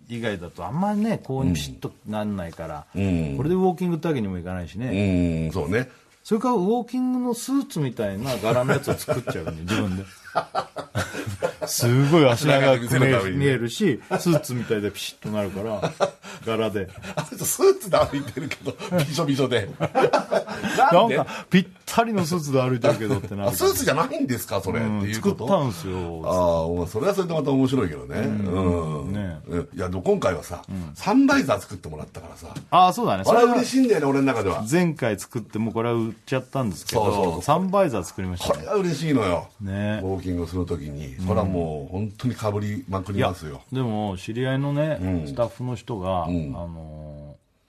以外だとあんまりねこうピシッとなんないから、これでウォーキングってわけにもいかないしね、
うん、そうね
それからウォーキングのスーツみたいな柄のやつを作っち ゃうね自分ですごい足長く見える見えるしスーツみたいでピシッとなるから柄で
あの人スーツで歩いてるけどびしょびしょ でな
なんん
で
かぴったりのスーツで歩いてるけどってな
あ
る
スーツじゃないんですかそれ、っていう
作
こ
っ
と
たんすよ
ああおそれはそれでまた面白いけどねうん、
ね
うんいやでも今回はさ、サンバイザー作ってもらったからさ
ああそうだね
あ
そ
れ
れ
は
は
嬉しいんだよね俺の中では
前回作ってもうこれは売っちゃったんですけど
そうそうそう
サンバイザー作りました
こ
ね
れは嬉しいのよ、
ね
ウォーキングするときにそれはもう本当にかぶりまくり
いや
ますよ
でも知り合いのね、スタッフの人が、あのー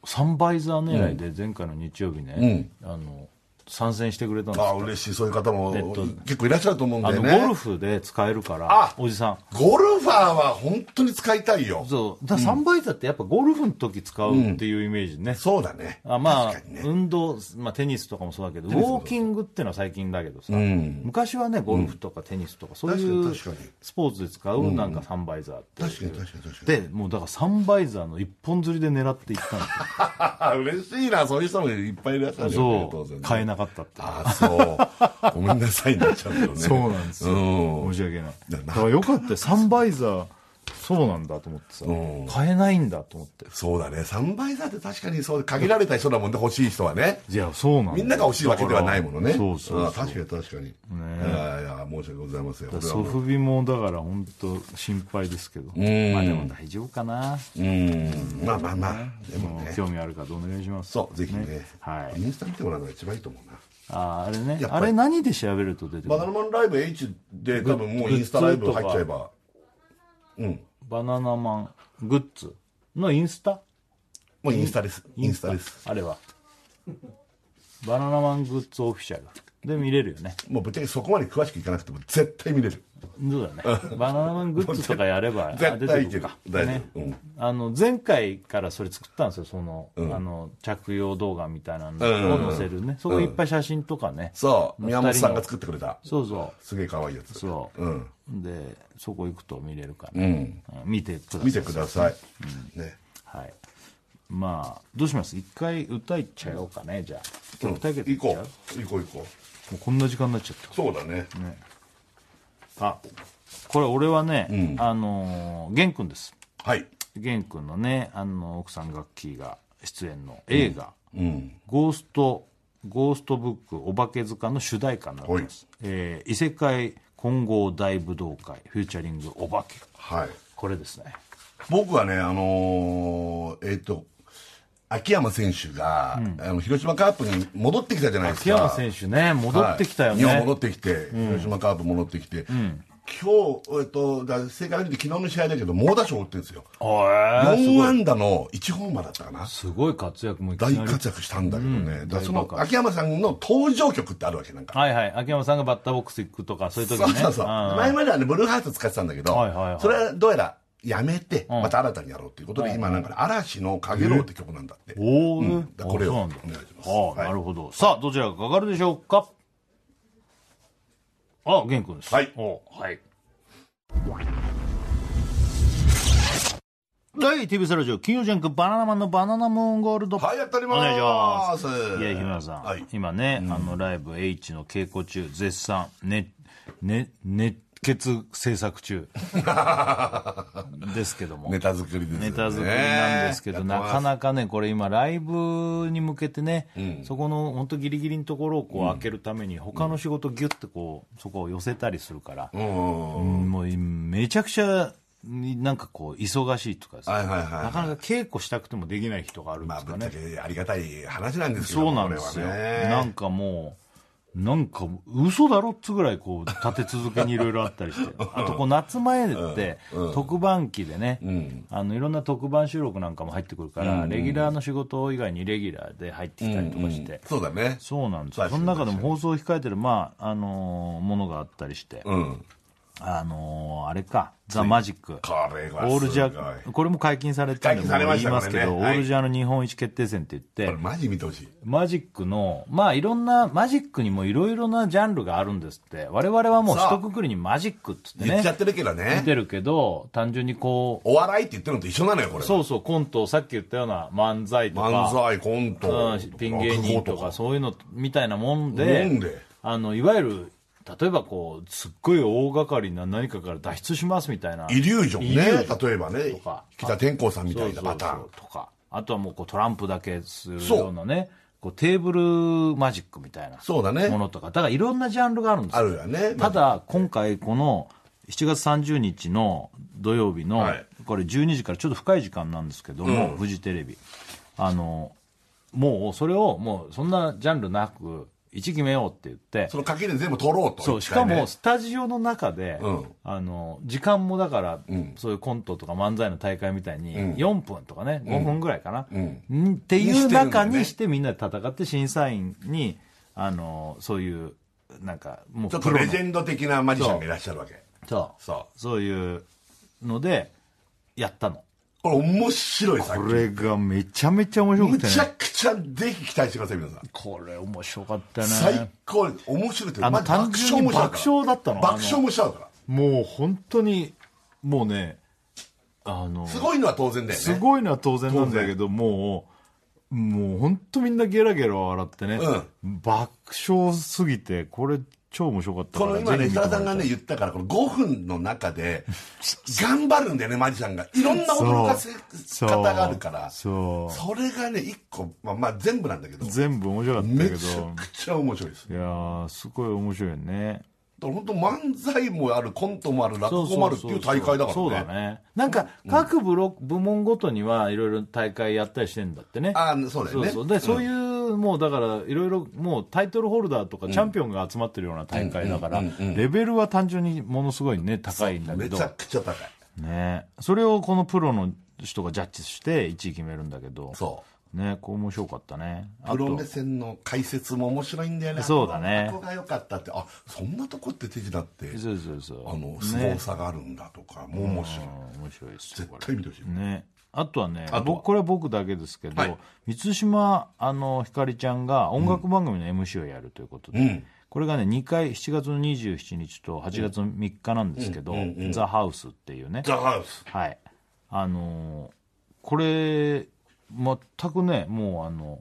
サンバイザー狙いで前回の日曜日ね、あの参戦してくれたんです
ああ
よ
嬉しいそういう方も
えっと
結構いらっしゃると思うん
あ
だ
の
よね
ゴルフで使えるから
あ
おじさん
ゴルファーは本当に使いたいよ
そうだからサンバイザーってやっぱゴルフの時使うっていうイメージね、
そうだね
あまあ
確かにね
運動、まあ、テニスとかもそうだけどウ
ニスも
ォーキングっていうのは最近だけどさ、昔はねゴルフとかテニスとかそういう
確かに確かに
スポーツで使うなんかサンバイザーって、
確かに確かに確かに
でもうだからサンバイザーの一本釣りで狙っていったんですよ
あ嬉しいなそういう人もいっぱいいらっしゃるよね
そ
当然
う
ね
買えなかったって
ああそうごめんなさいになっちゃうけどね
そうなんですよ
うん
申し訳ない
だ
だ
な
からよかったよサンバイザーそうなんだと思ってさ
うん
買えないんだと思って
そうだね3倍だって確かにそう限られた人だもんね欲しい人はね
いやそうなんだ
みんなが欲しいわけではないものね
だからそうそう
あ確かに確かに、いやいや申し訳ございません俺
だから
は
ソ
もう
フビもだから本当心配ですけど
ん
まあでも大丈夫かな
うんまあまあまあでも
もう
ね
興味ある方お願いします
そうぜひね
はい
インスタ見てもらうのが一番いいと思うな
あーあれね
やっぱ
あ
り
れ何で調べると出てく
バナ
る
ナマンライブ H で多分もうインスタライブ入っちゃえばうん
バナナマングッズのインスタ
もうインスタですインスタです
あれはバナナマングッズオフィシャルで見れるよね
もうぶっちゃけそこまで詳しくいかなくても絶対見れる
そうだね。バナナマングッズとかやれば、あ
絶
出
対
て
いけ
く
る
るか。
大丈
ね
夫うん
あの、前回からそれ作ったんですよ、その、あの、着用動画みたいなのを載せるね。そこいっぱい写真とかね。
そう
二人
宮
の
本さんが作ってくれた
そうそ
すげえ可愛いやつ
う。そう。
うん
で、そこ行くと見れるから、ねうん見てくだ
見
さ
て
い。
ください、ね
はい。まあ、どうします一回歌いっちゃおうかね、じゃあ。曲対決い
行
っちゃう
こう行こう行こ
もうこんな時間になっちゃった
う。そうだね
あ、これ俺はね、あのー、玄君です。
はい
玄君のねあの奥さんガッキーが出演の映画「ゴースト・ゴーストブックお化け塚」の主題歌になってます、えー異世界混合大武道会フューチャリングお化け
はい
これですね
僕はねあのーえっ、と秋山選手が、あの広島カープに戻ってきたじゃないです
秋
か
山選手ね戻ってきたよね、
はい日本戻ってきて、広島カープ戻ってきて、今日、えっと、だ正解見て昨日の試合だけど猛打賞を打ってるんですよ
おーす
4
ごい
安打の1ホーマーだったかな
すごい活躍もいきな
大
り
活躍したんだけどね、だからそ
大
の
爆発
秋山さんの登場曲ってあるわけなんか、
はいはい秋山さんがバッターボックス行くとかそういう時
そう
ね
そうそう
うん
前まではねブルーハーツ使ってたんだけど、
はいはいはい
それはどうやらやめてまた新たにやろうということで、今なんかね嵐の「かげろう」って曲なんだって、
おお、
だからこれを
あそうなんだ
お願いします
ああ、なるほど。さあ、どちらがかかるでしょうかあ、玄君です。
はい
おはい。はい、TBS ラジオ、金曜ジャンク、バナナマンのバナナムーンゴールド。
はいやっております
お願いします。いや、日村さん、
はい
今ね、あの、ライブ H の稽古中、絶 賛、ね、ね、熱血制作中。ですけども
ネタ作りですよね
ネタ作りなんですけど、なかなかね、これ今、ライブに向けてね、そこの本当ギリギリのところをこう開けるために、他の仕事ギュッてこう、そこを寄せたりするから、うんもうめちゃくちゃ、なんかこう、忙しいとかですね、
はいはいはいはい
なかなか稽古したくてもできない人があるんで
まあ
す
ぶ
か
っち
ね。
ゃけありがたい話なんですけど
そうなんですよ。
これはね
なんかもう、なんか嘘だろっつぐらいこう立て続けにいろいろあったりしてあとこ う夏前って特番期でね、あのいろんな特番収録なんかも入ってくるから、レギュラーの仕事以外にレギュラーで入ってきたりとかして、
そうだね
そうなんですよ
確
そ
か
の
に
中でも放送を控えてる、まああのーものがあったりして、
うん
あのーあれか「ザ・マジック」
これは
オールジ
すご
ャ
い
これも解禁された
解
んで
禁され
もう
ま
言
し
い
た
ますけど、
これねはい
オールジャの日本一決定戦って言って
これマジ見てほしい
マジックの、まあいろんな、マジックにもいろいろなジャンルがあるんですって。我々はもう
そう
一括りにマジックっつって
言っ
ね
ちゃ、ってるけど
見
ね
てるけど、単純にこ
お笑いって言ってるのと一緒なのよこ
う、
れ
そうそう、コント、さっき言ったような漫才とか、
漫才コント
うんピン芸人と
落
か
語
そういうのみたいなもん
な
で
んで
あのいわゆる例えばこうすっごい大掛かりな何かから脱出しますみたいな
イリュージョンね
イリュージョン
例えばね
とか
北天功さんみたいなパターン
そうそうそうとかあとはもうこうトランプだけする
そう
ようなねこうテーブルマジックみたいな
そうだね
ものとかだからいろんなジャンルがあるんです
あ
よ
るよね
ただ今回この7月30日の土曜日の、
はい
これ12時からちょっと深い時間なんですけども、フジテレビあのもうそれをもうそんなジャンルなく一決めようって言って
その垣根全部取ろうと
そう
一
しか
回ね
もスタジオの中で、
うん
あの時間もだから、そういうコントとか漫才の大会みたいに4分とかね、5分ぐらいかな、んっていう中にしてみんなで戦って審査員にあのそういうなんかもう
ちょっ
プ
と
ロの
レジェンド的なマジシャンがいらっしゃるわけ
そう
そ
そういうのでやったの
うこれ面白い作
こ
品
れがめちゃめちゃ面白
む
くて
ちゃ
ね
くちゃぜひ期待してください皆さん
これ面白かったね
最高に面白いって
あの
まず
単純に
爆笑もしちゃうから
爆
爆
笑
笑もしちゃうから
もう本当にもうねあの
すごいのは当然だよね
すごいのは当然なんだけど、もう、もう本当みんなゲラゲラ笑ってね、爆笑すぎて、これ超面白かったか
この
ら。
今
ぜ
ね
ひ
設
見て
楽
もら
さん
いたい
がね言ったからこの5分の中で頑張るんだよねマジシャンがいろんな驚かせ
そう
方があるから
そう
それがね1個まあまあ全部なんだけど
全部面白かった
め
け
ち
ど
ゃ、くちゃ面白いです
いやー、すごい面白いよね。
だから本当漫才もあるコントもある落語もあるっていう大会だからね
そうだね。なんか、各ブロック、部門ごとには、いろいろ大会やったりしてんだってね。
ああそうだよ
そう
ね
そうでそういう、もうだから、いろいろもうタイトルホルダーとかチャンピオンが集まってるような大会だから、レベルは単純にものすごいね、高いんだけ
め
ど
ち、ゃくちゃ高い
ね、それをこのプロの人がジャッジして1位決めるんだけど、
そ
ね、こう面白かったね。
うプロ目線の解説も面白いんだよね
そうだね
あここが良かったってあそんなとこって手品って
そうそうそう。
あの凄さがあるんだとか、もう面白い
うん面白いですよ
絶
これ
対見てほしい、
ねあとはね
とは
僕これは僕だけですけど、
はい
満島あのひかりちゃんが音楽番組の MC をやるということで、これがね2回7月の27日と8月の3日なんですけど「ザ・ハウスっていうね
ザ・ハウス
はいあのーこれ全くねもうあの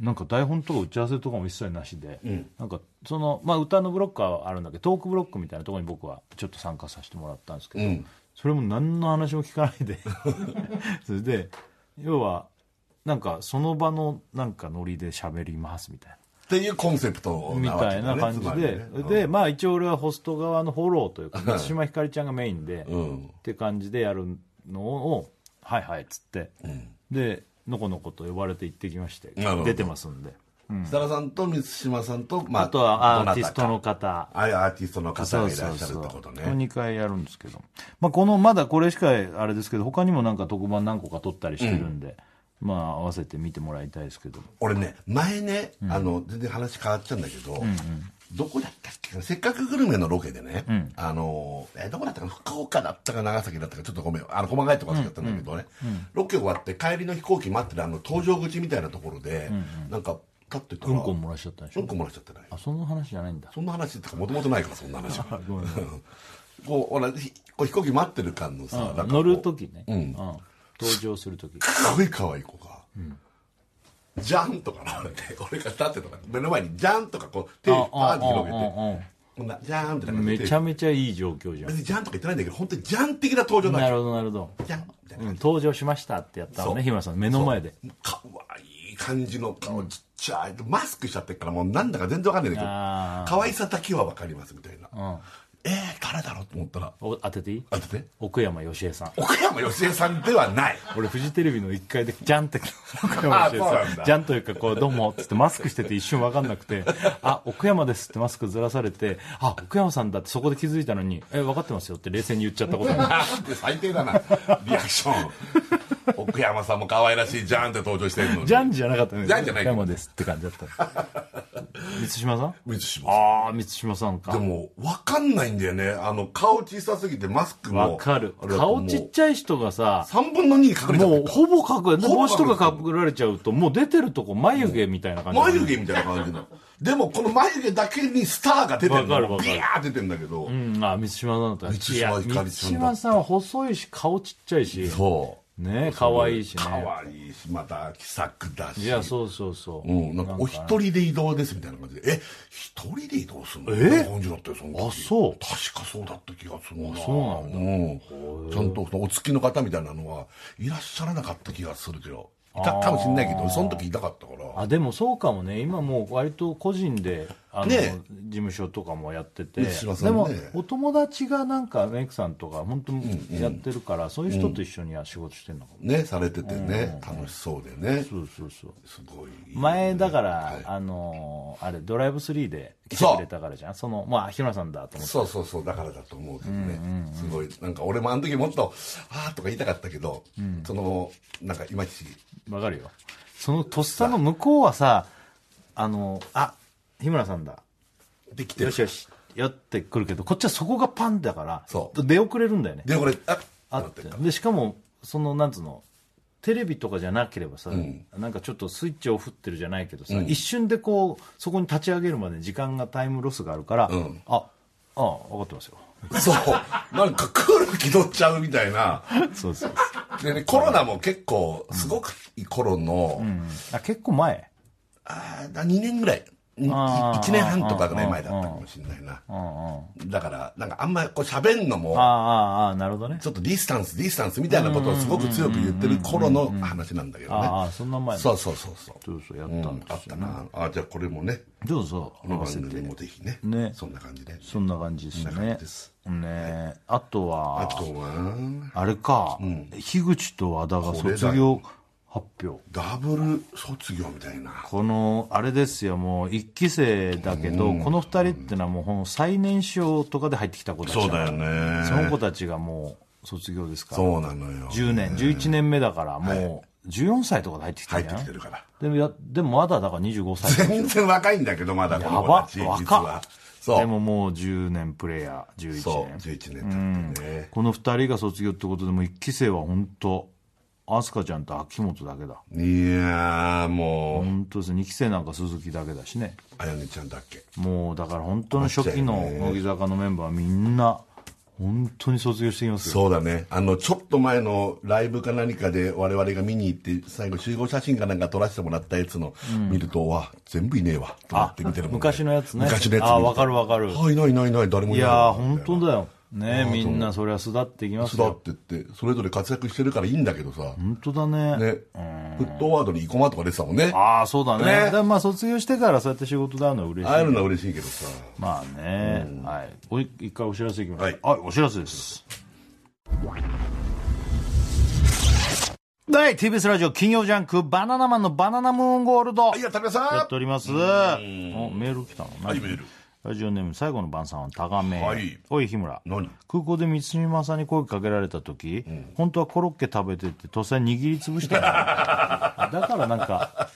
なんか台本とか打ち合わせとかも一切なしで、なんかその、まあ、歌のブロックはあるんだけどトークブロックみたいなところに僕はちょっと参加させてもらったんですけど、それも何の話も聞か ないでそれで要はなんかその場のなんかノリで喋りますみたいな
っていうコンセプト
み
なわ
た
け
い
だ
な
ね
感じ
つまり
で、
ね
で、まあ一応俺はホスト側のフォローというか、松島ひかりちゃんがメインで、
ん
って感じでやるのを、はいはいっつって、で、のこのこと呼ばれて行ってきまして
なるほ、ど
出てますんで。
設楽さんと満島さんと、ま
あとはアーティスト
どな
の方
た。かああいうアーティストの方
そ
が
う
い
そ
ら
う
っしゃる
そ
っ
う。
てことね
2回やるんですけど。まあこの、まだこれしかあれですけど、他にもなんか特番何個か撮ったりしてるんで、まあ合わせて見てもらいたいですけど。
俺ね前ね、あの全然話変わっちゃうんだけど、どこだったっけなせっかくグルメのロケでね、あのえーどこだったかな福岡だったか長崎だったかちょっとごめんあの細かいところだったんだけどね、ロケ終わって帰りの飛行機待ってるあの搭乗口みたいなところで、なんか立ってたら
うんこもらしちゃったんでし
う
ょ
んこもらっちゃってない
あ、その話じゃないんだ。
そんな話ってかもともとないからそんな話はこうほらひこう飛行機待ってる間のさ、なんかこう
乗る時ね、うん登場する時
すごい可愛い子が、じゃんとかなって、俺が立ってたから、目の前にじゃんとかこう、手
あ
パーって広げ
うんうんうんうん
て、こんな、じゃーんってなんか
めちゃめちゃいい状況じゃ
別
ん
にじゃんとか言ってないんだけど、本当にじゃん的な登場
な
な
る
の。
ほどなるほど、
じゃんみたいな
うん、登場しましたってやったの
そう
ね日村さん目の前で
かわいい感じの顔ちっちゃいマスクしちゃってるからもうなんだか全然わかんないんだけど
あー
可愛さだけはわかりますみたいな、えー、誰だろうと思ったら
お当てていい
あてて
奥山芳恵さん
奥山芳恵さんではない
俺フジテレビの1階でジャンって奥
あ
山
そ
芳
う
恵
な
さ
んだ
んジャンというかこうどうもっつってマスクしてて一瞬分かんなくて「あ奥山です」ってマスクずらされて「あ奥山さんだ」ってそこで気づいたのに「え分かってますよ」って冷静に言っちゃったことある
最低だなリアクション奥山さんも可愛らしいじゃんって登場してるのに
ジャンじゃなかったね。
ジャンじゃない
奥山ですって感じだった。満島さん
満島
ああ、満島さんか
で。もわかんないんだよねあの顔小さすぎてマスクも
わかる。
あれだとも
顔
う
ちっちゃい人がさ、
3分の2に隠れちゃって
も
る
う
か
ほぼ隠れ、
ほぼ隠
帽
れて
子
る
とか隠られちゃうと、もう出てるとこ眉毛みたいな感じ。
眉毛みたいな感じのでもこの眉毛だけにスターが出てる
わかるわ
の
かる
ビヤー出てるんだけど、
うん、あ、満島さんだったら。
満島
いや
ひかり
満
ちゃんだ
島さんは細いし、顔ちっちゃいし、
そう
ね、可愛いし
可
ね。
愛いしまた気さくだし
いや、そうそうそう
う。ん、なんかお一人で移動ですみたいな感じでえ一人で移動するの
え
みたいな感じだったよその時
あそう
確かそうだった気がするな
そうなんだ
うん、ちゃんとそのお付きの方みたいなのはいらっしゃらなかった気がするけどいたかもしれないけどその時いたかったから
あでもそうかもね今もう割と個人であの、
ね
事務所とかもやってて、
ね島さ
で
んね
もお友達がなんかメイクさんとか本当やってるから、そういう人と一緒には仕事してんのかも、
ねされててね楽しそうでね
そうそうそう
すごい
前だから、
はい
あのーあれドライブ3で来て
そう
くれたからじゃんそのまあ日村さんだと思って
そうそうそうだからだと思うけどね、すごいなんか俺もあの時もっと「ああ」とか言いたかったけど、そのなんかいまいち
わかるよそのとっさの向こうはさあのーあ日村さんだ
できて
よ
る
しよしやってくるけどこっちはそこがパンだから
そう
出遅れるんだよね
でこれあっ
あってでしかもそのなんつうのテレビとかじゃなければさ、なんかちょっとスイッチを振ってるじゃないけどさ、一瞬でこうそこに立ち上げるまでに時間がタイムロスがあるから、
ん
あああ分かってますよ
そうなんか空気取っちゃうみたいな
そうそう
で、ね、コロナも結構すごくいい頃の、
あ結構前
ああ2年ぐらい1
あー
年半とかぐらい前だったかもしれないな
うんうん
だからなんかあんまりこう喋んのも
ああああなるほどね
ちょっとディスタンスディスタンスみたいなことをすごく強く言ってる頃の話なんだけどね
ああそんな前
そううそうそうそう
そうそうやっ
うん
たんで
あったなあじゃあこれもね
すどうぞ
この
合わ
番
せて
組もぜひね
ね
そんな感じで
そんな感じです
そんな感
ね
じです
ねあとは
あとは
あれか、樋口と和田が
これだ
卒
よ
業発表
ダブル卒業みたいな
このあれですよもう1期生だけど、この2人ってのはもうほんと最年少とかで入ってきた子たち
ね
その子たちがもう卒業ですから
そうなのよ
10年11年目だからもう14歳とかで入ってきた
入
ん
っ
じゃ
てき
ない
てるから
でもやでもまだだから25歳
全然若いんだけどまだこの子たち
やば
実は
若
そ
で
う
ももう10年プレイヤー
そ
11
う
年
11年経ってね
この2人が卒業ってことでも1期生は本当飛鳥ちゃんと秋元だけだ
いやーも
本当ですね2期生なんか鈴木だけだしね
うあやねちゃんだっけ
もうだから本当の初期の乃木坂のメンバーみんな本当に卒業していきますよ
そうだねあのちょっと前のライブか何かで我々が見に行って最後集合写真かなんか撮らせてもらったやつの見ると、わ全部いねえわと思って見てるもん、ね、
昔のやつね
昔のやつ
あーわかるわかる
あいないいないいない誰も
い
いない
やー本当だよね
あー
みんなそりゃ巣立っていきます
だっ
よ
てってそれぞれ活躍してるからいいんだけどさ、
本当だね
ねフットワードに生駒とか出てたもんねあ
ああそうだね
ね
だからまあ卒業してからそうやって仕事で会うのは嬉しい
あいうのは嬉しいけどさ
まあね、はいおい一回お知らせいきます
はい
はい、お知らせですはい TBS ラジオ金曜ジャンク「バナナマンのバナナムーンゴールド」
いや食べさん
やっております。おメール来たのね。
はいメール
ラジオネーム最後の晩さんはタガメ。
はい
おい日村。
何
空港で三島さんに声かけられた時、本当はコロッケ食べてて突然握りつぶ したのだからなんか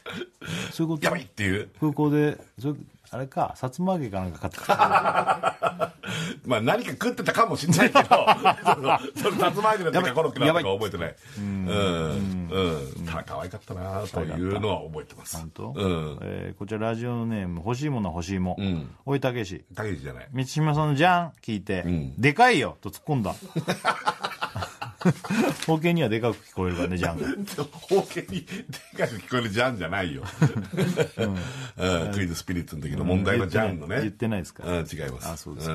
そういうこ
や
と
ばいっていう
空港でそうあれかさつま揚げかなんか買ってきた
まあ何か食ってたかもしんないけど そのその竜巻の時はコロッケなのか覚えてないうんうんただ可愛かったなというのは覚えてます
本
う
当、
ん
えーこちらラジオネーム欲しいものは欲しいも、ん、おいたけし
竹内じゃない
満島さんの「じゃん」聞いて、でかいよ」と突っ込んだ方形にはでかく聞こえるからね、ジャンが。
方形にでかく聞こえるジャンじゃないよ、 うんクイズスピリッツの時の問題のジャンのね
言ってないですか
うん違います
あそうです
ん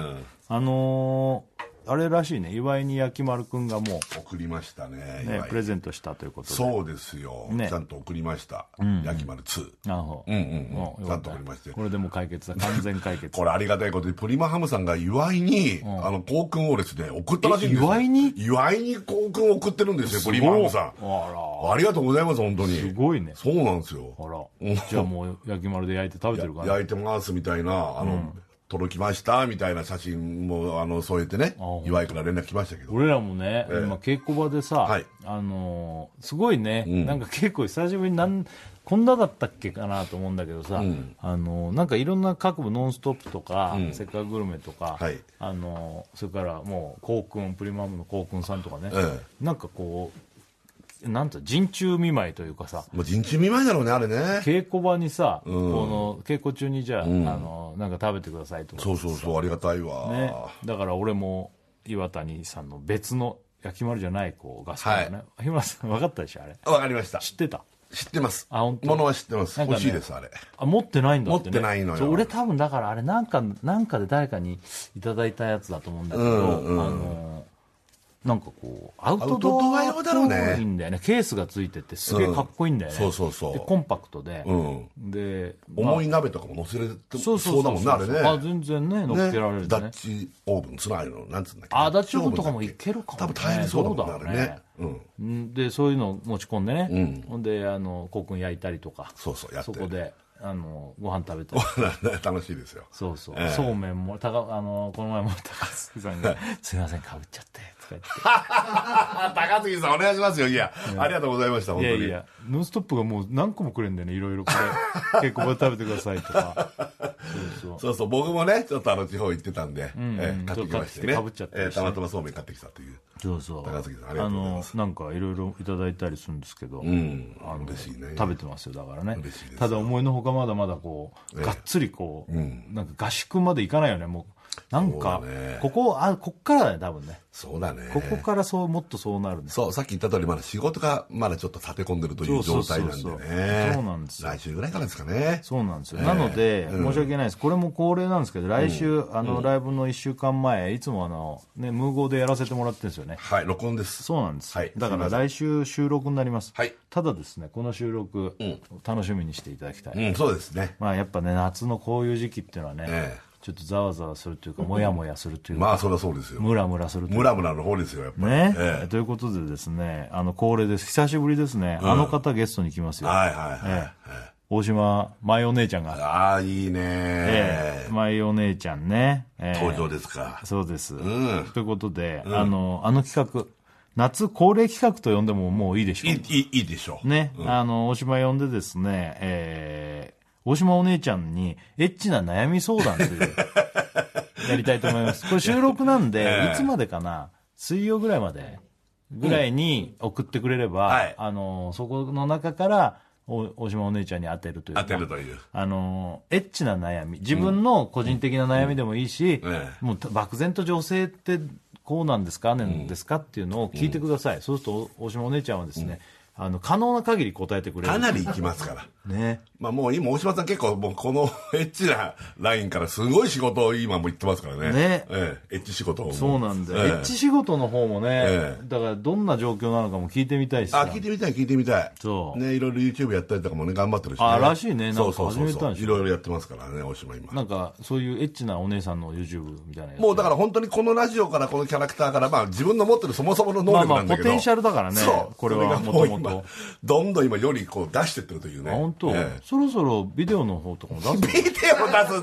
あのーあれらしいね、岩井に焼き丸くんがも
送りましたね
う、ね
今、
プレゼントしたということで。
そうですよ、
ね
ちゃんと送りました、やきまる2
なるほど。
うんうんうん
よ
ち
か
ゃ
っ
んと
た
送りまして
これでもう解決だ。完全解決。
これありがたいことにプリマハムさんが岩井に、あのコウ君をですね送ったらしいんですよ
え岩井に
岩井にコウ君を送ってるんですよプリマハムさん
あ
ありがとうございます本当に
ら、すごいね。
そうなんです
あ
よ
ら。じゃあもう焼き丸で焼いて食べてるかな。あ
焼いてますみたいなあの、届きましたみたいな写真もあの添えてね
ほんと
岩井から連絡来ましたけど
俺らもね、
ええ
今稽古場でさ、
はい
あのーすごいね、
ん
なんか稽古久しぶりになんこんなだったっけかなと思うんだけどさ、
ん
あのーなんかいろんな各部「ノンストップ!」とか「
うん
せっかくグルメ」とか、
はい
あのーそれからもうコウ君プリマムのコウ君さんとかね、
え
なんかこうなんと人中見舞いというかさ
もう人中見舞いだろうねあれね
稽古場にさ、
ん
この稽古中にじゃあ,、
ん
あのーなんか食べてくださいとか
そうそうそうありがたいわ、
ね、だから俺も岩谷さんの別の焼き丸じゃないこうガスコンロね、日村さん分かったでしょあれ
わかりました
知ってた
知ってます
あ本当
ものは知ってます、
なんか
欲し
ね
いですあれ
あ持ってないんだって、ね、
持ってないのよ
そう俺多分だからあれなんかなんかで誰かにいただいたやつだと思うんだけど、
うんうん
あのなんかこうアウ
ア
トドア
ウトドア用だろうね
っぽいんだよねケースがついててすげえかっこいいんだよね、
うんそうそうそう
でコンパクトで、
うん
で、
重い鍋とかも乗せれて
そうそ
そう
そう
うだもんねあれね
あ全然ね乗っけられるね
ダッチオーブンつないのなんつうんだっけ
あダッチオーブンとかもいけるかも
多分
ね
大変そうだもんね
そうだ
あ
ろう
れ
ね
ねうん
うんでそういうのを持ち込んでね、
うん
ほんであのコウ君焼いたりとか
そうそうやって
そ
る
こであのご飯 食べたり
楽しいですよ
そうそう、
ええ
そうめんもたかあのこの前も高杉さんが「すいませんかぶっちゃって」とか言って
あ高杉さんお願いしますよいやありがとうございました本
い
当
や
に
いや「ノンストップ!」がもう何個もくれんだよねいろいろこれ結構これ食べてくださいとか そうそう
そうそう僕もねちょっとあの地方行ってたんでええ買ってきましてね
ちょっと買ってきて被っちゃったり
え
して
えたまたまそうめん買ってきたという
そうそう
高杉さんありがとうございます
あのなんかいろいろいただいたりするんですけど、
うん
あの
嬉しいね
食べてますよだからね
嬉しいですよ
ただ思いのほかまだまだこう、がっつりこう、なんか合宿までいかないよねもうなんか、
そうだね
ここあこっからだね多分ね
そうだね
ここからそうもっとそうなるね
そうさっき言った通りまだ仕事がまだちょっと立て込んでるという
そう
状
そう
態
そう
な
そうん
でね
そうなんですよ
来週ぐらいからですかね
そうなんですよ、なので、申し訳ないです、これも恒例なんですけど、来週、あのライブの1週間前、いつもあの、ね、ムーゴーでやらせてもらってるんですよね、
はい録音です
そうなんです、
はい
だから来週、収録になります、
はい
ただですね、この収録、楽しみにしていただきたい、
うんそうですね
まあ、やっぱね、夏のこういう時期っていうのはね、
ええ
ちょっとざわざわするというか、もやもやするというか、
まあそりゃそうですよ
ムラムラするという
ム
か。
ラムラの方ですよやっぱり
ね、
ええ
ということでですね、あの、恒例です。久しぶりですね。あの方ゲストに来ますよ。
はいはいはい、
え大島舞お姉ちゃんが
ああいいね、
ええ、舞お姉ちゃんね。ええ
登場ですか
そうです。
ん
ということで、あの、あの企画、夏恒例企画と呼んでももういいでしょ
いうい。いいいいでしょう、
ね、あの、大島呼んでですね、えー、大島お姉ちゃんにエッチな悩み相談と いう、やりたいと思います。これ収録なんで、いつまでかな、水曜ぐらいまで、ぐらいに送ってくれれば、
はい
あの、そこの中から、お大島お姉ちゃんに当てるというか
当てるという
あのエッチな悩み自分の個人的な悩みでもいいし、
うんえ
もうた漠然と女性ってこうなんですかねんですかっていうのを聞いてください、そうすると大島お姉ちゃんはですね、あの可能な限り答えてくれ
か
る
なりいきますから
ね
まあもう今大島さん結構もうこのエッチなラインからすごい仕事を今も言ってますからね
ね
ええエッチ仕事を
そうなんだよ、
ええ
エッチ仕事の方もね、
ええ
だからどんな状況なのかも聞いてみたいし
あ
さ
聞いてみたい聞いてみたい
そう
ねいろいろ YouTube やったりとかもね頑張ってるし、ね、
あらしいねなんか
そうそうそう
始めた
そ
ん
う
でしょ
いろいろやってますからね大島今
なんかそういうエッチなお姉さんの YouTube みたいなやつ
もうだから本当にこのラジオからこのキャラクターから、まあ自分の持ってるそもそもの能力なんだけど。
まあまあポテンシャルだからね
そう。
これは
そがう
もともと
今どんどん今よりこう出してってるというね。
あ本当、
ええ
そろそろビデオの方とかも出すの
ビデオ出す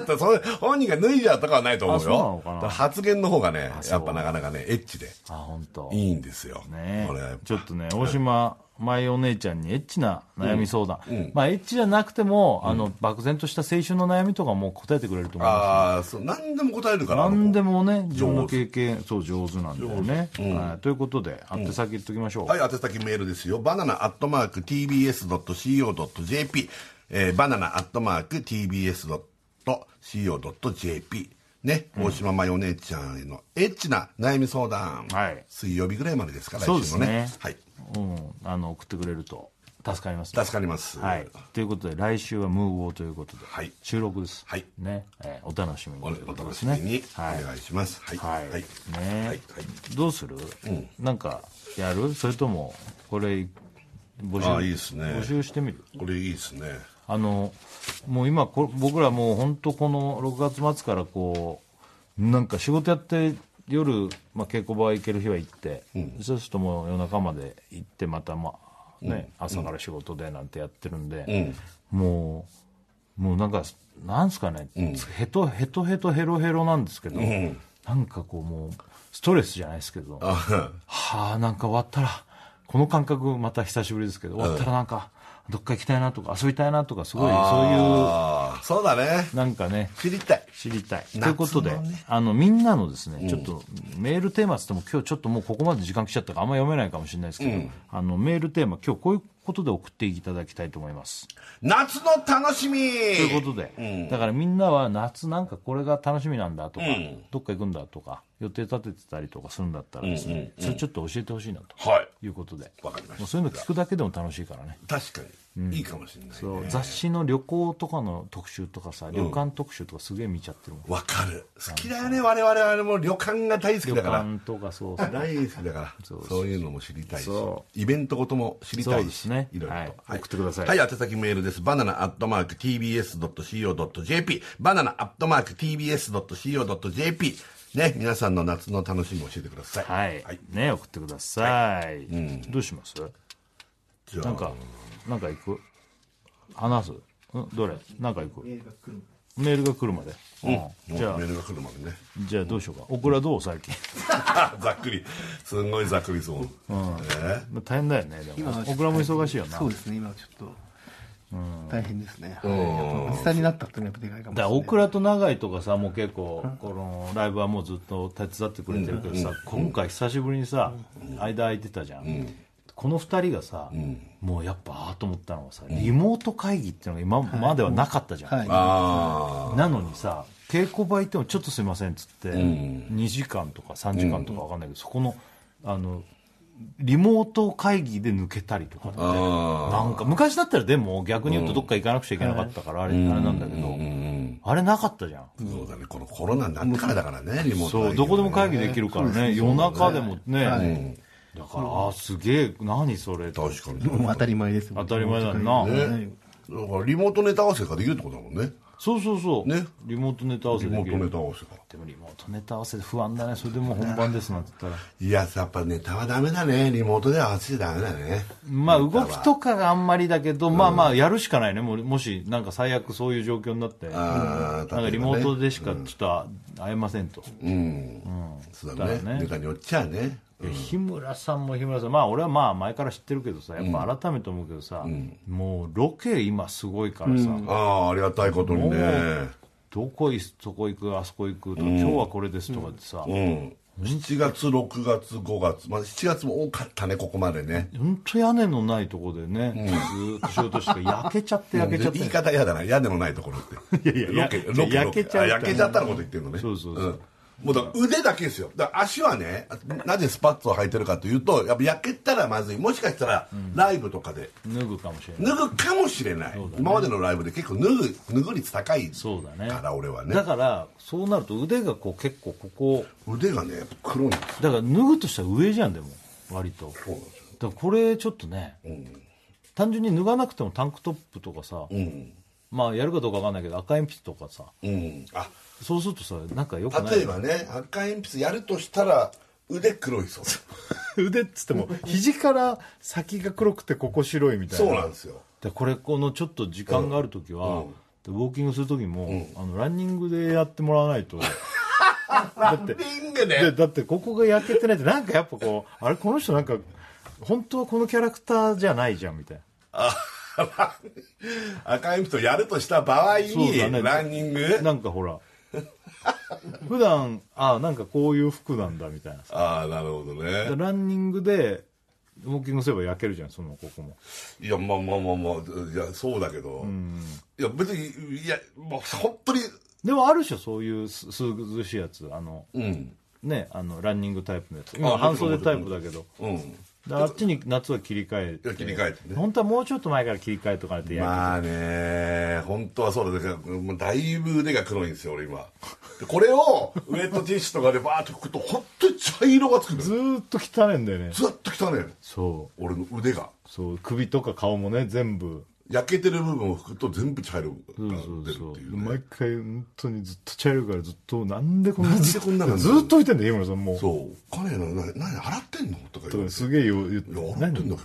って、それ本人が脱いじゃうとかはないと思う
あそうなの
よ。
かな
だから発言の方がね、
そう
やっぱなかなかね、エッチで
あ本当
いいんですよ。
ね
これはやっぱ
ちょっとね大島舞お姉ちゃんにエッチな悩み相談、まあエッチじゃなくても、あの漠然とした青春の悩みとかも答えてくれると思います
ああ、そう、何でも答えるから。
何で
も。
もね自分の経験そう上手なんだよね、はい、ということで宛先言っときましょう、
はい、宛先メールですよ。バナナアットマーク tbs.co.jp。えー、バナナアットマーク tbs.co.jp。ね、大島マヨネちゃんへのエッチな悩み相談、
はい
水曜日ぐらいまでですから
そうですね
はい、
うん、あの送ってくれると助かりますね
助かります
はい、ということで来週はムーウォーということで、
はい
収録です、
はい
ねえーお楽しみに
お
という
お
ことで
楽
す
しみ
ね
に
はい
お願いしますはい
はい、
はい
ね、
はい
どうする、なんかやるそれともこれ募集
あいいですね
募集してみる
これいいですね
あのもう今こ僕らもう本当この6月末からこうなんか仕事やって夜、まあ、稽古場行ける日は行って、そうするともう夜中まで行ってまたまあね、朝から仕事でなんてやってるんで、もうもうなんかなんすかね、ヘトヘトヘトヘロヘロなんですけど、なんかこうもうストレスじゃないですけど、
あ
はあなんか終わったらこの感覚また久しぶりですけど終わったらなんかどっか行きたいなとか遊びたいなとかすごいそ
あーそうだね
ういうなんかね
知りたい
知りたい、
夏
ということで、
のね
あのみんなのですね、ちょっとメールテーマっつっても今日ちょっともうここまで時間来ちゃったからあんま読めないかもしれないですけど、あのメールテーマ今日こういうことで送っていただきたいと思います
夏の楽しみと
とい
いう
ことで、だからみんなは夏なんかこれが楽しみなんだとか、どっか行くんだとか予定立ててたりとかするんだったらですね、それちょっと教えてほしいなと
はい
いうことで
わかりま
もう
し
そういうの聞くだけでも楽しいからね
た確かにいいかもしれない
そう
ね
雑誌の旅行とかの特集とかさ旅館特集とかすげえ見ちゃってるもん、
わかる好きだよね我々はもう旅館が大好き
旅
だから
館とかそうそう
大好きだから
そう
そういうのも知りたいし
そ
イベントごとも知りた
そう
い
で
し
す
いろ
ね
いろと
はい送ってください
はい宛先メールですバナナアットマーク TBS.CO.JP バナナアットマーク TBS.CO.JP ね皆さんの夏の楽しみを教えてください
はい、ね送ってください、どうします
じゃあ
なんかなんか行く話すんどれなんか行くメールが来るまで、うんじゃあ
メールが来るまでね
じゃあどうしようかオクラどう最近
ざっくりすんごいざっくりそうえ
大変だよねで
今
も
はちょっと
オクラも忙しいよな
そうですね今ちょっと大変ですねはいやっぱおじさんになったっていうのはやっぱでかいかもし
だか
れ
ら
ない
オクラと長井とかさもう結構このライブはもうずっと手伝ってくれてるけどさ、今回久しぶりにさ、間空いてたじゃん、この2人がさ、もうやっぱああと思ったのがさリモート会議っていうのが今まではなかったじゃん、
はい
ーあ
なのにさ稽古場行ってもちょっとすいませんっつって、2時間とか3時間とか分かんないけど、そこのあのリモート会議で抜けたりとかってなんか昔だったらでも逆に言うとどっか行かなくちゃいけなかったからあれ,、あれなんだけど、あれなかったじゃん
あそうだねこのコロナになってからだからねリモート
そうどこでも会議できるからね夜中でもね、だからあーすげえ何それ当
確か に
もう当たり前です
た
よ
り前だな、
ねだからリモートネタ合わせができるってことだもんね
そうそうそう、
ね
リモートネタ合わせ
リ
で
モ
き
ート
る
ネタ合わせが
でもリモートネタ合わせ不安だねそれでもう本番ですなんて言ったら
いややっぱネタはダメだねリモートで合わせちゃダメだね
まあ動きとかがあんまりだけど、まあまあやるしかないねもうもしなんか最悪そういう状況になって、
ああ、例え
なん
ば
か
ね
リモートでしかちょっと会えませんと、
そうだね
だよね
ネタによっちゃね
いや日村さんも日村さんまあ俺はまあ前から知ってるけどさやっぱ改めて思うけどさ、もうロケ今すごいからさ、
ああありがたいことにね
どこいそこ行くあそこ行くとか、今日はこれですとかってさ、
うん7月6月5月まあ7月も多かったねここまでね
本当屋根のないとこでね、ずーっと仕事して 焼けちゃって焼けちゃって、
言い方嫌だな屋根のないところって
いやいや
ロケ
いや
ロケ
焼けちゃう
あ焼けちゃったのこと言ってるのね
そうそうそうん
もうだから腕だけですよだから足はねなぜスパッツを履いてるかというとやっぱ焼けたらまずいもしかしたらライブとかで
脱ぐかもしれない
脱ぐかもしれない、今までのライブで結構脱ぐ脱ぐ率高い
そうだね
から俺はね
だからそうなると腕がこう結構ここ
腕がねやっぱ黒いんですよ
だから脱ぐとしたら上じゃんでも割とだか
そうなんですよ
らこれちょっとね、単純に脱がなくてもタンクトップとかさ、まあやるかどうかわかんないけど赤鉛筆とかさ
うんあ
そうするとさなんかよくない
例えばね赤鉛筆やるとしたら腕黒いそうです
腕っつ っても肘から先が黒くてここ白いみたい
そうなんですよ
でこれこのちょっと時間がある時は、でウォーキングする時も、あのランニングでやってもらわないとだって
リング
で
ね
だってここが焼けてないってなんかやっぱこうあれこの人なんか本当はこのキャラクターじゃないじゃんみたいな
赤鉛筆をやるとした場合
そうだ
に
ね
ランニング
なんかほら普段あなんかこういう服なんだみたいなさ
ああなるほどね
でランニングでウォーキングすれば焼けるじゃんそのここも
いやまあまあまあまあいやそうだけどいや別にいやもう本当に
でもあるでしょそういうす涼しいやつあの、ねあのランニングタイプのやつ今
あ
半袖タイプだけど
うん
であっちに夏は切り替え
いや切り替えてね
本当はもうちょっと前から切り替えとかないとやる、
まあね本当はそうだだからもうだいぶ腕が黒いんですよ俺今でこれをウェットティッシュとかでバーッと拭くと本当に茶色がつくのよ
ずーっと汚いんだよね
ずっと汚いのよ
そ
俺の腕が
うそう首とか顔もね全部
焼けてる部分を拭くと全部茶色が出
そう
る
そうそう
っていうね
毎回本当にずっと茶色いからずっとなんでこんな
なんでこんなの
ずっと見てんだよ日村さんもう
そう「金のな何洗ってんの?」とか言
と
わ
か
れて
すげえよ言っ
いや
て
洗ってんだ
何
けどね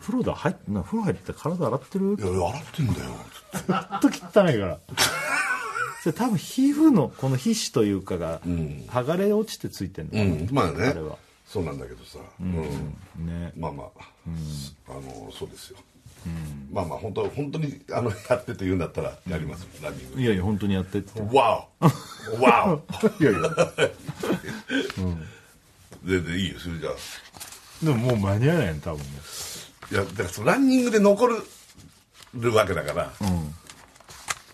風呂だ入ってな風呂入って体洗ってる
いやいや洗ってんだよ
ほんと汚いから それ多分皮膚のこの皮脂というかが剥がれ落ちてついてんのか
うん
な、
まあね
あれは
そうなんだけどさうん
ね
まあまあ、あのそうですよ、まあまあ本当本当にあのやってて言うんだったらやります、ランニン
いやいや本当にやってって
グわおわ お
いやいや
全然いいよそれじゃあ
でももう間に合わないの多分ね
いやだからそのランニングで残るるわけだから、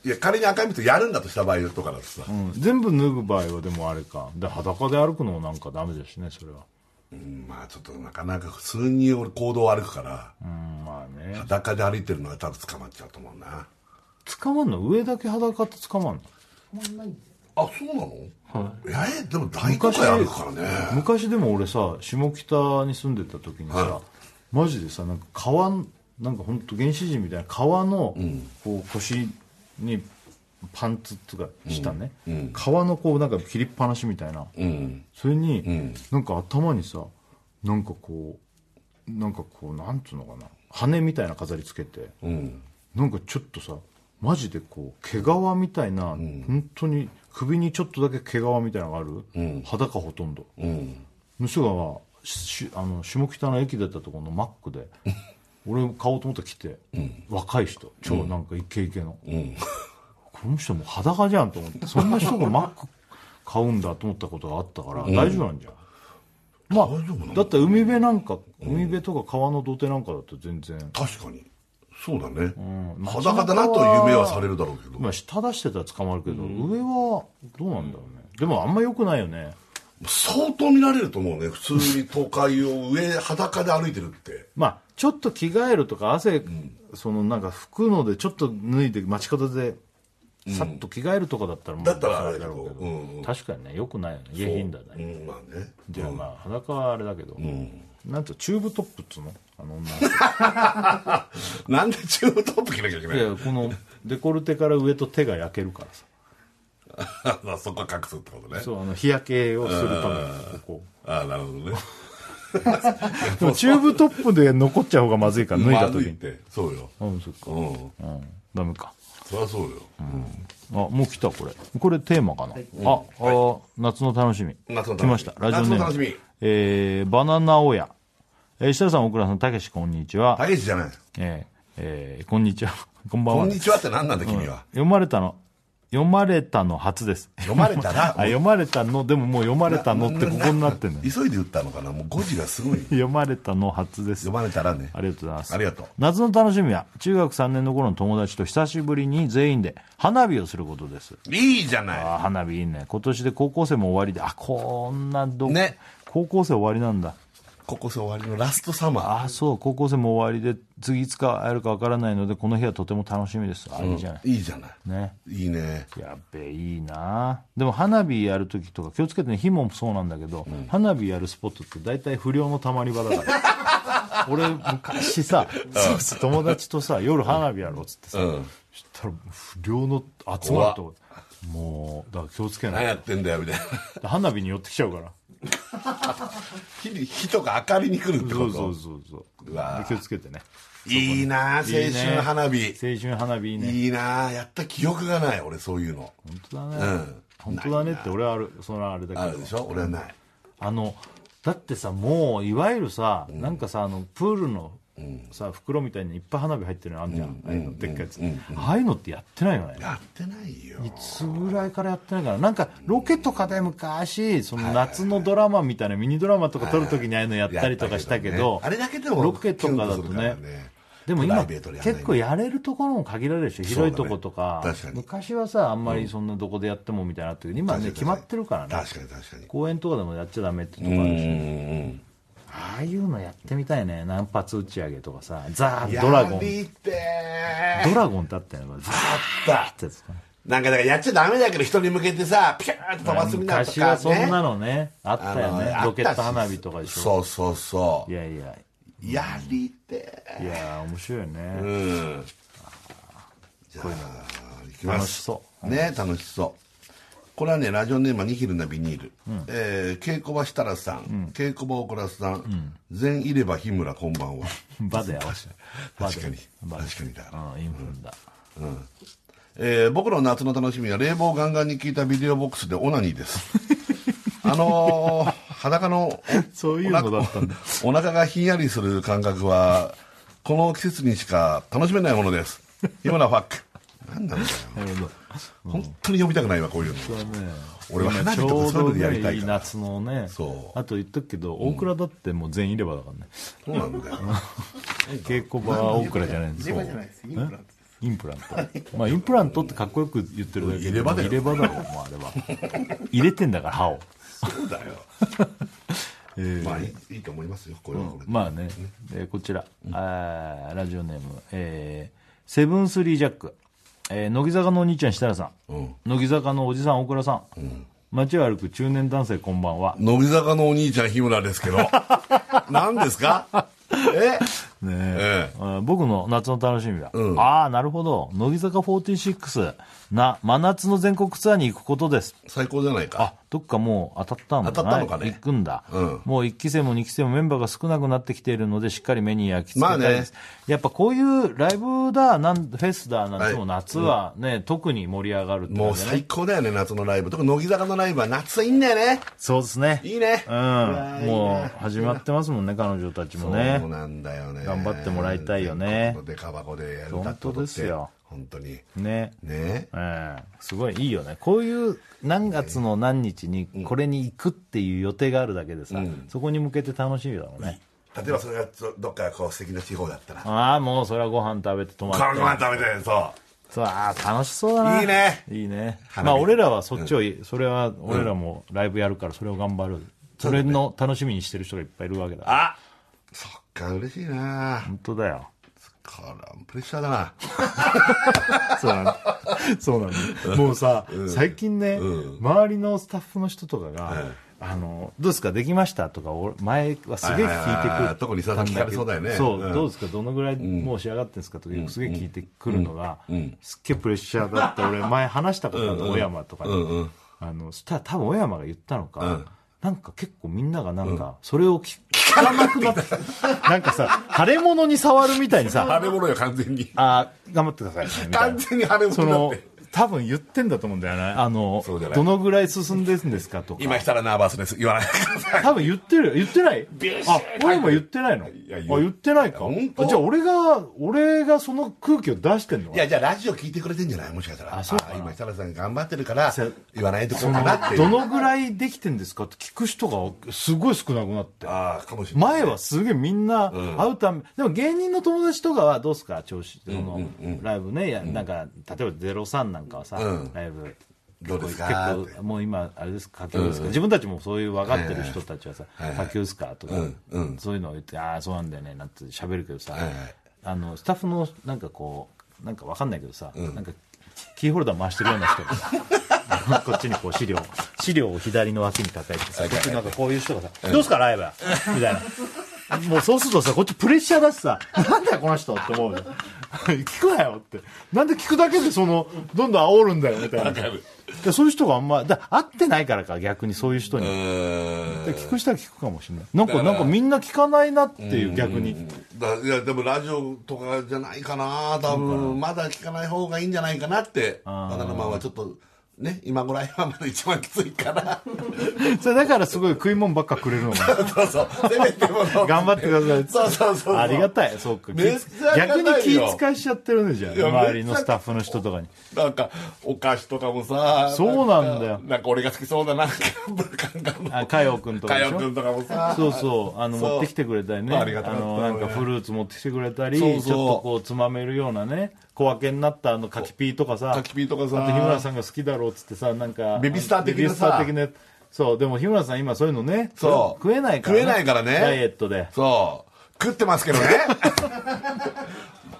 いや仮に赤いとやるんだとした場合とかだとさ、
うん、全部脱ぐ場合はでもあれかで裸で歩くのもなんかダメだしねそれは
うんまあちょっとなかなか数人俺行動を歩くから、
うんまあね
裸で歩いてるのは多分捕まっちゃうと思うな
捕まんの上だけ裸って捕まんの
あそうなの、いやえでも大都会歩くからね
昔でも俺さ下北に住んでた時にさ、
は
マジでさなんか川んなんか本当原始人みたいな川の、こう腰にパンツとか下ね、川のこうなんか切りっぱなしみたいな、
うん
それに、なんか頭にさなんかこうなんかこうなんつうのかな羽みたいな飾りつけて
うん
なんかちょっとさマジでこう毛皮みたいな、本当に首にちょっとだけ毛皮みたいなのがある、裸ほとんど
うん
の人がしあの下北の駅出たところのマック で俺買おうと思ったら来て、若い人超なんかイケイケの、この人もう裸じゃんと思ってそんな人がマック買うんだと思ったことがあったから、大丈夫なんじゃんまあ
大丈夫なの
だったら海辺なんか海辺とか川の土手なんかだと全然、
確かにそうだね、
うん
裸だなという夢はされるだろうけど、
まあ下出してたら捕まるけど、上はどうなんだろうねでもあんま良くないよね
相当見られると思うね普通に都会を上裸で歩いてるって
まあちょっと着替えるとか汗、そのなんか拭くのでちょっと脱いで街角でさっと着替えるとかだったらもう
だったらあれ
そ
だ
だ
けど
ろうけど、
うんうん
確かにね良くないよね下品だ
う
ね
んまあね
じゃあまあ裸はあれだけど、なんとチューブトップっつうのあの女の
なんで中途トップ着なきゃいけない
子いやこのデコルテから上と手が焼けるからさ
あそこは隠すってことね
そうあの日焼けをするためにこう
ああなるほどね
でもチューブトップで残っちゃう方がまずいから脱いだ
ま
時
ずいっ
に
てそうよ
うんそっか
うん
うんダメか
そりゃそうよ、
あもう来たこれこれテーマかな、あ、あ夏の楽しみ
夏の楽しみ
来ましたラジオネー
夏
ム
の楽しみ
えーバナナ親、えー、設楽さん大倉さんたけしこんにちは、
たけしじゃない
えーえーこんにちは こんばんは
こんにちはって何なんだ君は、
読まれたの読まれたの 初です
読まれた
あ
ら
読まれたのでももう読まれたのってここになってんのよ
急いで打ったのかなもう5時がすごい
読まれたの初です
読まれたらね
ありがとうございます
ありがとう
夏の楽しみは中学3年の頃の友達と久しぶりに全員で花火をすることです
いいじゃない
あー花火いいね今年で高校生も終わりであこんなど
ね
高校生終わりなんだ
ここ終わりのラストサマー
ああそう高校生も終わりで次いつか会えるかわからないのでこの日はとても楽しみですあいいじゃない、
いいじゃない
ね
いいね
やっべいいなでも花火やるときとか気をつけてね火もそうなんだけど、花火やるスポットって大体不良のたまり場だから 俺昔さ友達とさ夜花火やろうっつってさ、
うん
そしたら不良の集まるとこもうだから気をつけない
何やってんだよみたいな
花火に寄ってきちゃうから
火に火とか明かりに来るって
そ
こ
うそ
と
うそうそう
うわー
気をつけてね
いいなあ青春花火いい,、
青春花火いいね
なあやった記憶がない俺そういうの
本当だね、本当だねって俺はあるそのあれだけど
あ
あ
るでしょ俺はない
のだってさもういわゆるさ、なんかさあのプールのさ袋みたいにいっぱい花火入ってるのあんじゃん、ああいうのでっかいやつ、ああいうのってやってないよね
やってないよ
いつぐらいからやってないからなんかロケとかで昔その夏のドラマみたいなミニドラマとか撮るときにああいうのやったりとかしたけ
や
ど
ったけどねあれだけでも
ロケとかだと
キュンするから
ねでも
プラ
今
イベートでやんない
結構やれるところも限られるでしょ広いとことか
そうだね確かに
昔はさあんまりそんなどこでやってもみたいなのあったけど今ね決まってるからね
確かに確かに
公園とかでもやっちゃダメってとこあるし
うん
ああいうのやってみたいね何発打ち上げとかさザー
や
ドラゴン
りてー
ドラゴンだったよねザー
だ
ってやつ
なんかだからやっちゃダメだけど人に向けてさピューッと飛ばすみたいなと
昔
か
はそんなのねあったよね
あの
ロケット
あったし
花火とかでしょ
そうそうそ
いやい
う
や
やりて
いや面白いよね、
ーうんじゃあいきま
楽し
す
そう
ね楽しそうこれはねラジオネームはニヒルなビニール、えー稽古場設楽さん、稽古場小倉さん、全いれば日村こんばん は
バで合わせて
確かに
バで
確かにだから
うんインフルエンザ
えー僕の夏の楽しみは冷房ガンガンに効いたビデオボックスでオナニーです あのー裸の
そういうのだったんだ
お腹がひんやりする感覚はこの季節にしか楽しめないものです今のはファック何なんだよ
なるほど
本当に読みたくないわこういうの俺は花火とかそういうのでやりたい
ちょうどねい
から
夏のね
そう
あと言っとくけど大倉だってもう全員いればだからね
そうなんだよ
稽古場は大倉じゃないんです
自
よ
分じゃないです。インプラントです。
インプラントまあインプラントってかっこよく言ってるだけ
入れ歯だよ
入れ歯だろもうあれは入れてんだから歯を
そう だよまあいいいいと思いますよこれはこれで
まあね、えーこちら、あーラジオネーム、えーセブンスリージャック、えー乃木坂のお兄ちゃん設楽さん、
うん
乃木坂のおじさん大倉さん、街を歩く中年男性こんばんは、
乃木坂のお兄ちゃん日村です けど何ですかえ
ね
ええ
あー僕の夏の楽しみは、
うん
ああなるほど乃木坂46な真夏の全国ツアーに行くことです
最高じゃないか
あどっかもう当たったんだな
当たったのかね
行くんだ、
うん
もう1期生も2期生もメンバーが少なくなってきているのでしっかり目に焼き付けたいです、
ま
やっぱこういうライブだなんフェスだなんてもう
はい
夏はね、特に盛り上がるって
も
感
う
じだ
最
ね
高だよね夏のライブ特に乃木坂のライブは夏はいいんだよね
そうですね
いいね
うん
わーいい
も
な
う始まってますもんね彼女たちも
そう
ね
なんだよね
頑張ってもらいたいよね
全国のデカ箱でやる
本当ですよ
本当に
ね
ね
うん、すごいいいよねこういう何月の何日にこれに行くっていう予定があるだけでさ、そこに向けて楽しみだもんね、
例えばそれがどっかこう素敵な地方だったら
ああもうそれはご飯食べて泊まって
ご飯食べてそ
そうあー楽しそうだない
いね
いいね
花
ま
火
あ俺らはそっちを、それは俺らもライブやるからそれを頑張るそれの楽しみにしてる人がいっぱいいるわけ
う
だ
あそっか嬉しいな
本当だよ
こらプレッシャーだな
そうなんだ そうなんだもうさ、最近ね、周りのスタッフの人とかが、あのどうですかできましたとか俺前はすげえ聞いて
はいはい
く
はいは
る
い特に佐々木聞かれそうだよね
そう、
うん
どうですかどのぐらいもう仕上がってるんですかとかすげえ聞いてくるのが、すっげえプレッシャーだって俺前話したことあるの小山とかに、
うんうん
あのそしたら多分小山が言ったのか、
ん
なんか結構みんながなんかそれを聞聞かなくなってなんかさ腫れ物に触るみたいにさ
腫れ物よ完全に
あー頑張ってくださいねみたい
完
な
全に腫れ
そ
物
の
だって
多分言ってんだと思うんだよねあの
そうじゃない
どのぐらい進んでるんですかとか
今したらナーバスです言わないでください
多分言ってるよ言ってない
ビシッ
あ俺も言ってないの
いや言う
あ言ってないか
本当
あじゃあ俺が俺がその空気を出してんのか
い
な
やじゃあラジオ聞いてくれてんじゃないもしかしたら
あそうかな
あ今設楽さん頑張ってるから
せ
言わないとこうかなっていう
どのぐらいできてんですかって聞く人がすごい少なくなって
ああかもしれない
前はすげえみんな会うため、でも芸人の友達とかはどうすか調子そのライブね、やなんか例えば03なんかはさ、
うん
ライブ
どうです
結
かって
構もう今あれですか佳境ですか、自分たちもそういう分かってる人たちはさ「佳境ですか?」とか、そういうのを言って「ああそうなんだよね」なんて喋るけどさ、あのスタッフのなんかこうなんか分かんないけどさ、なんかキーホルダー回してるような人がさ こっちにこう資料資料を左の脇に抱えてさこっちなんかこういう人がさ「どうすかライブ?」みたいな。もうそうするとさこっちプレッシャーだしさ「なんだよこの人」って思うよ 聞くなよってなんで聞くだけでそのどんどん煽るんだよみたいなでそういう人があんまだ会ってないからか逆にそういう人に、
うーん
で聞く人は聞くかもしれないなんかなんかみんな聞かないなっていう逆に
だいやでもラジオとかじゃないかな多分まだ聞かない方がいいんじゃないかなってバナナマンはちょっとね、今ぐらいはまだ一番きついから。
それだからすごい食い物ばっかくれるのかな
そうそう。せめてもの。
頑張ってください
そうそうそう。
ありが
い。
たいそうか
めっちゃありがた
逆
いよ
に気遣いしちゃってるねじゃあ
いや
周りのスタッフの人とかに
なんか、お菓子とかもさ。
そうなんだよ
なんかなんか俺が好きそうだな、なんか、カンカンの。
あ佳代君とか
か
でし
よ
ょ
くんとかもさ。
そうそうあの
そう
持ってきてくれたりね
ありがたかった
のなんかフルーツ持ってきてくれたり
そうそう
ちょっとこうつまめるようなね小分けになったあの柿ピーとかさ
柿ピーとかさ
あと日村さんが好きだろうっつってさなんか
ベビースター的なさ
ベビースター的なやつそうでも日村さん今そういうのね
そう
食えないから、
食えないからね
ダイエットで
そう。食ってますけど ね。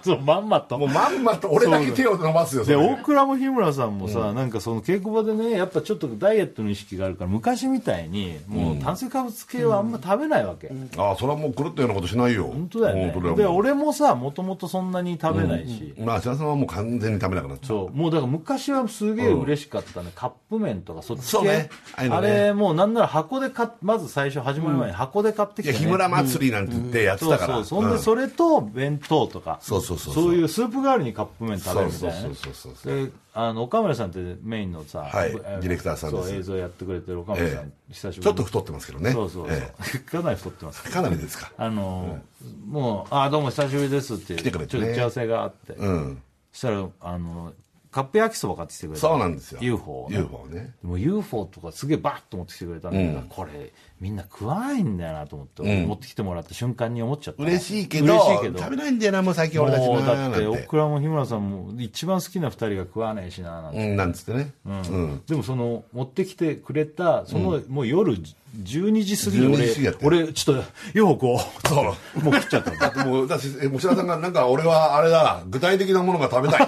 そうまんまと
もうまんまと俺だけ手を伸ばすよ、そ
で
れ
大倉も日村さんもさ、なんかその稽古場でねやっぱちょっとダイエットの意識があるから昔みたいにもう炭水化物系はあんま食べないわけ、
ああ、それはもう狂ったようなことしないよ。
本当だよね
本当だ
で
よ。
俺もさもともとそんなに食べないし、
まあ、白さんはもう完全に食べなくなっちゃう。
そうもうだから昔はすげえ嬉しかったね、カップ麺とかそっち系
そうねああいう
あ
のね
れもうなんなら箱で買っまず最初始まる前に箱で買ってき
いや、
て、ね
日村祭りなんて言ってやって
そう
たから。
そうそんでそれと弁当とか、
そうそうそうそ
そうういうスープ代わりにカップ麺食べるみたいなね、
そうそうそうそう
であの岡村さんってメインのさ、
はい
え
ディレクターさんです
そう映像やってくれてる岡村さん、
え
久しぶりに
ちょっと太ってますけどね。
そうそうそう、
え
かなり太ってます
えかなりですか。
あの、もう「あどうも久しぶりです」って
てくれて
ちょ
ね
っと打ち合わせがあって、
うん。
そしたらあのカップ焼きそば買ってきてくれた
そうなんですよ。
UFO をね
UFO ね。
もう UFO とかすげえバーッと持ってきてくれたんだけど、これみんな食わないんだよなと思って、持ってきてもらった瞬間に思っちゃった
嬉しいけど、
嬉しいけど
食べないんだよな、もう最近俺たち
もう
な
だ
な
っ
ん
て大
て。
倉も日村さんも一番好きな2人が食わねえしななんて、
うん、なんつってね。うん。
でもその持ってきてくれたその、もう夜12時過ぎに
12時過ぎやって
俺俺ちょっとようこ
そう。
うもう食っちゃったの
だって もう、だし、え、もう白田さんが、なんか俺はあれだ、具体的なものが 食べたい。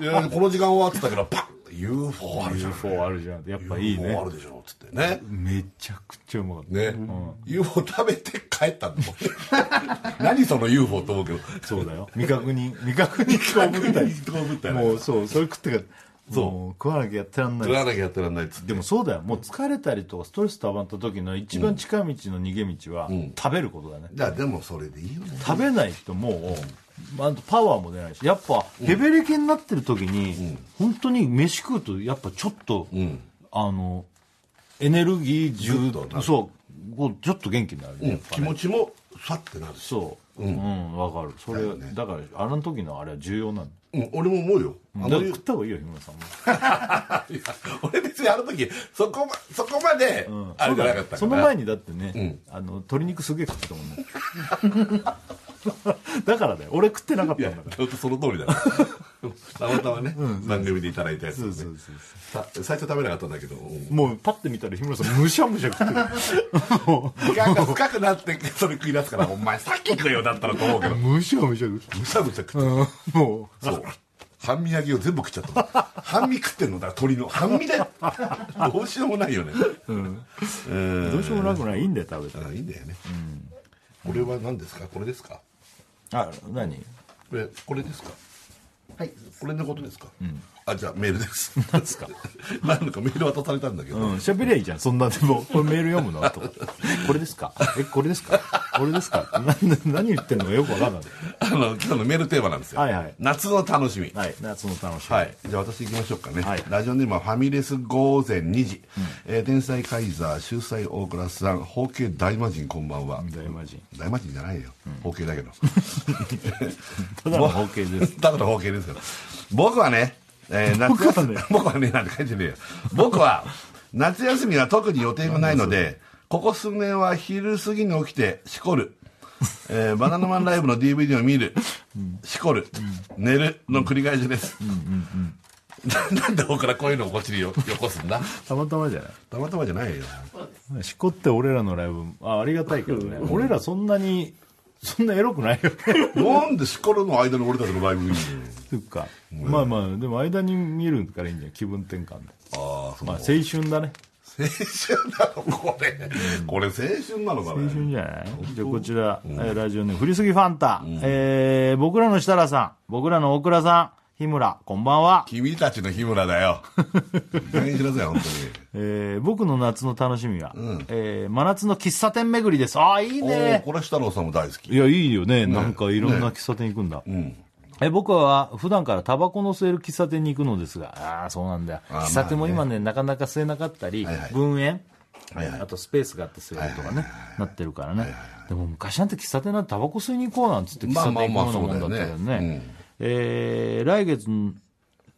いやこの時間終わってたけど、パッ !UFO あるじゃん。
UFO あるじゃんやっぱいい
UFO あ
ね
るでしょ、つってね。
めちゃくちゃうまかった、
ね、UFO 食べて帰ったの 何その UFO と思うけど
そうだよ未確認未確認飛ぶみたいもうそうそれ食ってからそう食わなきゃやってらんない
食わなきゃやってらんないっつって
でもそうだよもう疲れたりとかストレス溜まった時の一番近道の逃げ道は食べることだね、
じゃあでもそれでいいよね
食べないともう、まあ、パワーも出ないしやっぱヘベレケになってる時に、本当に飯食うとやっぱちょっと、あのエネルギー
ず
充
っとなる
そうこうちょっと元気になるね、やっぱ
気持ちもさってなるし、
そううんわ、かるそれだ,、からあの時のあれは重要なの
うん、俺も思うよあ
だから
の
食った方がいいよ日村さんも
いや 俺別にあの時そこ,、ま、そこまであれじゃなかったから、
その前にだってね、あの鶏肉すげえ食ってたもんね だからだよ俺食ってなかった
い
んだ
や
から
本当その通りだ たまたまね、番組でいただいたやつ、ね、さ最初食べなかったんだけど、うん
もうパッて見たら日村さんむしゃむしゃ食ってる
時間が深くなってそれ食い出すからお前さっき食えよだったらと思うけど
むしゃむしゃ食って
むしゃむしゃ食って
るもう
そう。半身焼きを全部食っちゃった。半身食ってんのだから鳥の半身でどうしようもないよね。
どうしようもなくないいいんだよ食べたら
あいいんだよね。これは何ですか。これですか。
あ何
これこれですか。
はい。
これのことですか。あじゃあメールです。
何ですか
何かメール渡されたんだけど。
うん、しゃべりゃいいじゃんそんなでもこれメール読むのとかこれですかえこれですかこれですか何何言ってんのかよくわかんない
あの今日のメールテーマなんですよ。
はいはい
夏の楽しみ。
はい夏の楽しみ、
はい、じゃあ私行きましょうかね、
はい
ラジオネームはファミレス午前2時、えー天才カイザー秀才大倉さん包茎大魔神こんばんは
大魔神
大魔神じゃないよ包茎、だけど
ただの包茎 です
ただの包茎ですから僕はね、えー夏休み 僕はねなんて書いてねえよ僕は夏休みは特に予定がないのでここ数年は昼過ぎに起きてしこる、えーバナナマンライブの DVD を見る、しこる、寝るの繰り返しです、 ななんで僕からこういうのをこっちによよこすんだ
たまたまじゃない
たまたまじゃないよ
しこって俺らのライブあありがたいけどね俺らそんなにそんなエロくな いよね
なんでしこるの間に俺たちのライブに
というかまあまあでも間に見るからいいんじゃん気分転換で
ああそう
まあ青春だね
青春なのこれこれ青春なのか
青
ね
春じゃないじゃあこちら、えーラジオネーム振りすぎファンタ、えー僕らの設楽さん僕らの大倉さん日村こんばんは、
君たちの日村だよいい加減にしなさい本
えー僕の夏の楽しみは、えー真夏の喫茶店巡りですああいい
当におお
ね
これ設楽さんも大好き
いやいいよねなんかいろんな喫茶店行くんだ、
うん
え僕は普段からタバコの吸える喫茶店に行くのですが、ああ、そうなんだよ。
あー
喫茶店も今ね、なかなか吸えなかったり、
はいはい
分煙、
はいはい
あとスペースがあって吸えるとかね、なってるからね。でも昔なんて喫茶店なんてタバコ吸いに行こうなんつって喫茶店行くようなもんだったけど
まあまあまあそうだよ
ね
ねうん。
えー来月、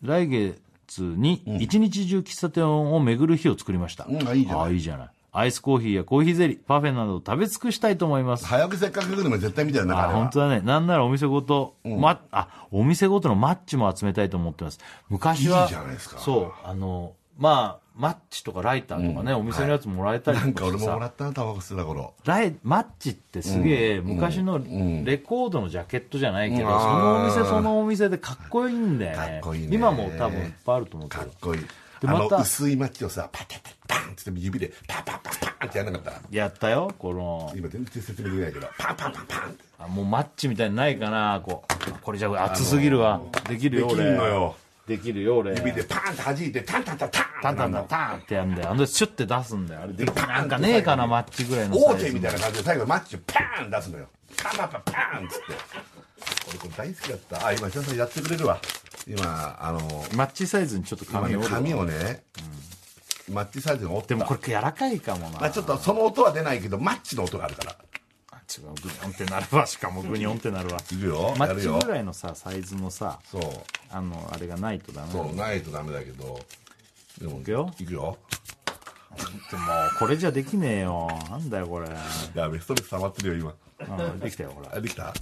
来月に一日中喫茶店を巡る日を作りました。
うんあいいじゃない
あーいいじゃない。アイスコーヒーやコーヒーゼリー、パフェなどを食べ尽くしたいと思います。
早くせっかくグルメ絶対見たよね、
あ
彼
本
は。
当だね。なんならお店ごと、ま、あ、お店ごとのマッチも集めたいと思ってます。昔
い
は、
いじゃないですか
そう、あの、まあ、マッチとかライターとかね、お店のやつもらえたり
なん
と
か
かし
俺
て
ももら
さ、
ったな、タバコ吸ってた頃。
ライマッチってすげえ、昔のレコードのジャケットじゃないけど、そのお店そのお店でかっこいいんだよね。
かっこいいね
今も多分いっぱいあると思うけ
かっ
ど。
こいい。
で
あの
また
薄いマッチをさ、パタパタパンって指でパンパンパンパンってやんなかった
やったよ、この、
今全然説明できないけど、パンパンパンパンって。
あもうマッチみたいにないかな、こう。これじゃ熱すぎるわ。できるよ、
でき
俺。
んのよ。
できるよ、俺。
指でパンって弾いて、タンタンタンタン
タンタンタンタンってやんだよ。あの、シュッて出すんだよ。あれで、なんかねえかな、マッチぐらいの
王
サイ
手
ズの。
みたいな感じで最後マッチをパーン出すのよパンパンパンパーンっつって俺これ大好きだったあ今久々にやってくれるわ今あの
マッチサイズにちょっと
今
髪
ね
を折るわ
髪をね、マッチサイズに折った
でもこれ柔らかいかもな。
まあ、ちょっとその音は出ないけどマッチの音があるから
あ違う、グニョンってなるわ。しかもグニョンってなるわ。
いくよ
マ
や
ッ
る
チ
よ
ぐらいのさ、サイズのさ、
そう
あの、あれがないとダメだ
そ
よ。
うないとダメだけどでもい
くよ
いくよ
でも、これじゃできねえよ。なんだよ、これ。
やべストレス溜まってるよ
うん、できたよ、ほら
今。あできた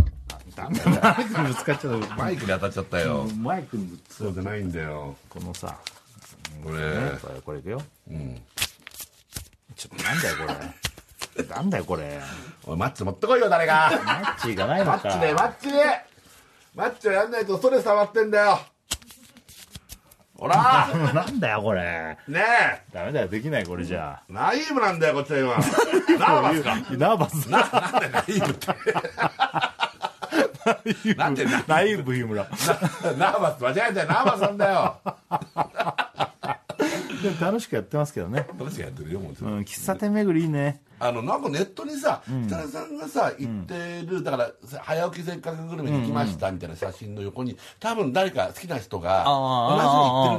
ダメだよ。
ぶつかっちゃった
マイクに当たっちゃったよ
マイクにぶつ
そうじゃないんだよ
このさ、
これ
これ、これいくよ。うん。ちょっとなんだよ、これ。なんだよ、これ。
おいマッチ持ってこいよ誰か
マッチがないの
マ
か。
ッチ ねマッチねマッチをやんないとストレス溜まってんだよほ ら
なんだよこれ
ね
ダメだよできないこれじゃ
えナイーブなんだよこっちは今ナーバスか
ナーバスな
なんでナイーブって なんでナ
ナイーブ日村
ナーバス間違えたよナーバスなんだよ
でも楽しくやってますけどね、
私がやってるよもう
うん、喫茶店巡りいいね
あのなんかネットにさ設楽さんがさ行ってるだから早起きせっかくグルメに来ましたみたいな写真の横に多分誰か好きな人が
あ
同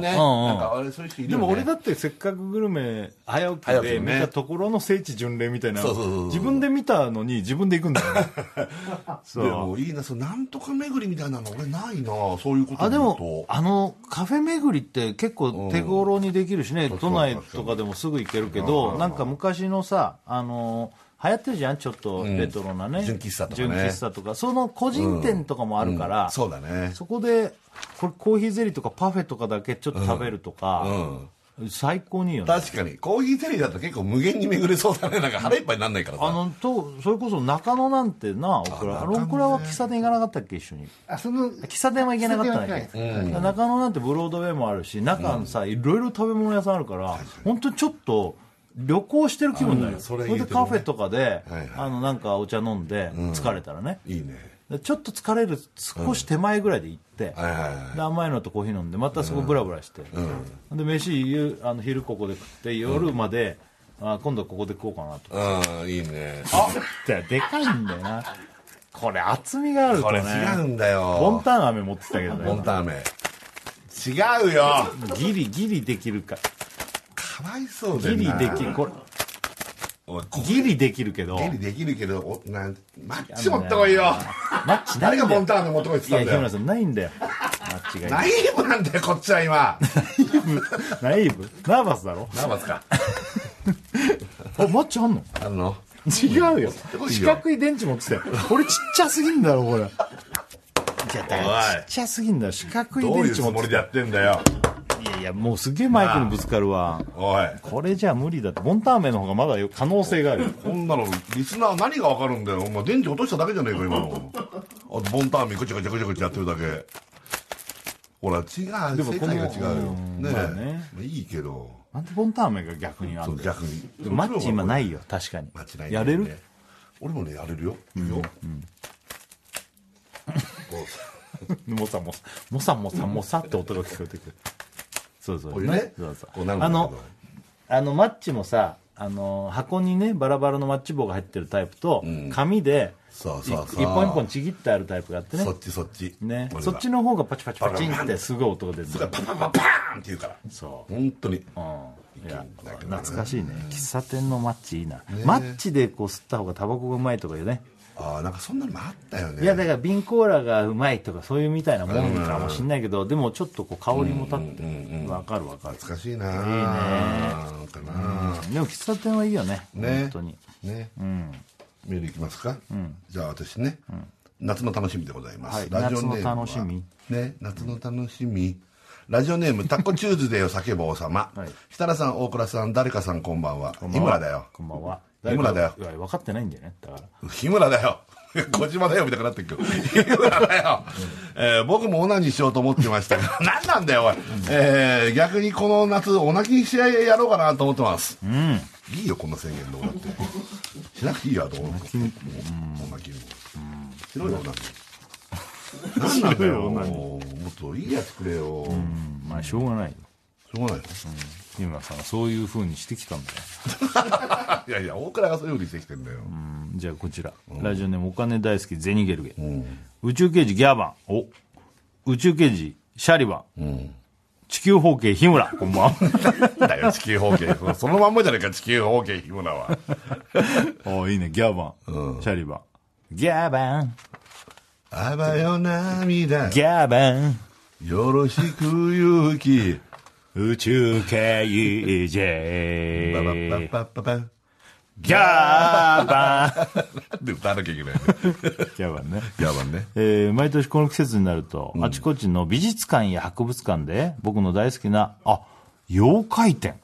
じの行っ
ー
てるね
あーあー
なんかあれそういう人いる
で
よね
も俺だってせっかくグルメ早起き
早起き
で
で
見
ね
たところの聖地巡礼みたいな
そうそうそうそう
自分で見たのに自分で行くんだ よねそ
で
う
もいいなそのなんとか巡りみたいなの俺ないなそういうこと
あで
言う
も
と
あのカフェ巡りって結構手頃にできるしね、都
かに
内とかでもすぐ行けるけどなんか昔のさあの流行ってるじゃんちょっとレトロなね、
純喫茶とかね
純喫茶とかその個人店とかもあるから、
うんそうだね
そこでこれコーヒーゼリーとかパフェとかだけちょっと食べるとか、
うん
最高にいいよね
確かにコーヒーゼリーだと結構無限に巡れそうだねなんか腹いっぱいになんないから
あ
さ
のとそれこそ中野なんてなオクラあロンクラは喫茶店行かなかったっけ一緒に
あ、その、
喫茶店は行けなかったんだ
喫茶
けど、中野なんてブロードウェイもあるし中のさ、いろいろ食べ物屋さんあるから本当にちょっと旅行してる気分になるよ
うん
そ
そ
れ
れいい
で
です
カ
ね
フェとかで、
はい
あのなんかお茶飲んで疲れたらね、
いいね
でちょっと疲れる少し手前ぐらいで行って、
はいはいはい
で甘いのとコーヒー飲んでまたそこブラブラして、で飯夕あの昼ここで食って夜まで、あ今度はここで食おうかなと
うんいいねあ
ででかいんだよなこれ厚みがあると
これ
ね
違うんだよ
ボンタン飴持ってたけど
ボン
ね
タン飴違うよ
ギリギリできるか
かわいそうだ
ギ
よ
リ
な
できるこれ
おいこ
ギリできるけど
ギリできるけどおなんマッチ持ってこいよ
マッチな
誰
いんだ
が
よ
ボンタン飴持ってこいって
い
言
や
ったんだ
日村
よ
さんないんだよマッチがい
ナイーブなんだよこっちは今
いナイーブナーバスだろ
ナーバスか
あマッチあんの
あの
違うよ
ごいよ
四角い電池持ってたよ俺ちっちゃすぎんだろこれいやだから
おい
ちっちゃすぎんだよ四角い
どう
電
いう
池
つ
持っ
も
て
りでや
た
ってんだよ
いやいやもうすげえマイクにぶつかるわ
おい
これじゃ無理だってボンタン飴の方がまだよ可能性があるよ
こんなのリスナー何がわかるんだよお前電池落としただけじゃねえか今のあとボンタンミこちゃこちゃこちゃこちゃやってるだけほら違う世
この
界が違うよねえ、
まあね
いいけど
なんでボンタン飴が逆にあ
そ
る
うん
だよ
逆に
マッチ今ないいよ確かに
マッチないんだ
や
よね、
れる
俺もねやれるよ、いい よ、こ
もさもさもさもさもさって音が聞こえてくるそうそう
こういうね
そうそう
こうなるんだ
あ
けど
のあのマッチもさあの箱にねバラバラのマッチ棒が入ってるタイプと、紙で
そう
い
そうそう
一本一本ちぎってあるタイプがあってね
そっちそっち
ね
俺が
そっちの方がパチパチパチンってすごい音が出て
そ
る
れがパパパパーンって言うから
そ
本当に
う、うん、いや
だけど
懐かしいね喫茶店のマッチいいな、マッチでこう吸った方がタバコがうまいとかいうね
ああなんかそんなのもあったよね
いやだから瓶コーラがうまいとかそういうみたいなもんかもしんないけど、でもちょっとこう香りも立ってわ、かるわかる
懐かしいなあなんかな
でも喫茶店はいいよね
ね
本当に
ねメールいきますかじゃあ私ね夏の楽しみでございま
は
す
い
ラジオネームは
夏の楽しみ
ね夏の楽しみラジオネーム「タコチューズデーを叫ぶ王様」設楽さん大倉さん誰かさんこんばんは
こんば
日
んは
村だよ
こんばんは
日村だよ
いや分かってないんだよねだから
日村だよ 小島だよみたいになってるけど日村だよ、えー僕もオナニーしようと思ってましたが 何なんだよおい、えー逆にこの夏オナキ試合やろうかなと思ってます、いいよこんな宣言どうだってしなくていいよと思うオナキもオナキもしろよオナキ何なんだよもっといいやつくれよ、
まあしょうがないよ
しょうがないよ
日村さんはそういうふうにしてきたんだよ、
いやいや大倉がそういうふうにしてきてんだよ、
うんじゃあこちら、ラジオネームお金大好きゼニゲルゲ、宇宙刑事ギャバンお宇宙刑事シャリバン、地球包茎日村こんばん は
だよ地球包茎そそのまんまじゃねえか地球包茎日村は
おいいねギャバン、シャリバンギャバン
あばよ涙
ギャバン
よろしく勇気
宇宙刑事 ギ
パパ パ
ャ
パパパ
バン
で歌わなきゃいけないね
ギャバンね
やばいね
えー毎年この季節になると、あちこちの美術館や博物館で僕の大好きなあ妖怪展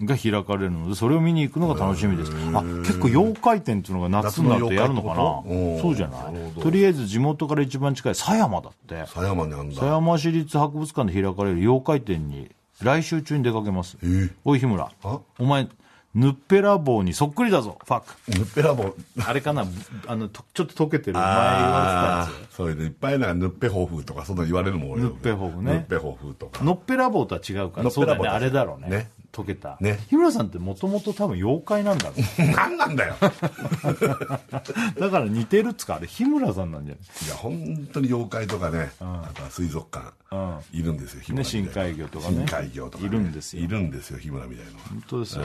が開かれるのでそれを見に行くのが楽しみですあ結構妖怪展っていうのが夏になるとやるのかな
夏の妖怪ってことおー
そうじゃないとりあえず地元から一番近い狭山だって
狭山にあん
狭
だ
山市立博物館で開かれる妖怪展に来週中に出かけます、おい日村お前ぬっぺらぼうにそっくりだぞファック
ぬっぺらぼう
あれかなあのとちょっと溶けてる前言われてたや
あ
つ
あそういうのいっぱいなんかぬっぺ抱負とかそんなの言われるのも俺
ぬっぺ抱負ね
ぬっぺ抱負と か
のっぺらぼうとは違うか
の
ら
っ
そ
ぺ
うだ
ら
よ
ぼう
ね
だ
あれだろうね
ね
溶けた、
ね
日村さんってもともと多分妖怪なん だろう
何なんだよ
だから似てるっつうかあれ日村さんなんじゃ
いや本当に妖怪とかねあとは水族館いるんですよ日
ない、ね、
村み
深
たいな
海魚とかね
深海魚とかね
いるんですよ
いるんですよ日村みたいなのは
本当ですよ、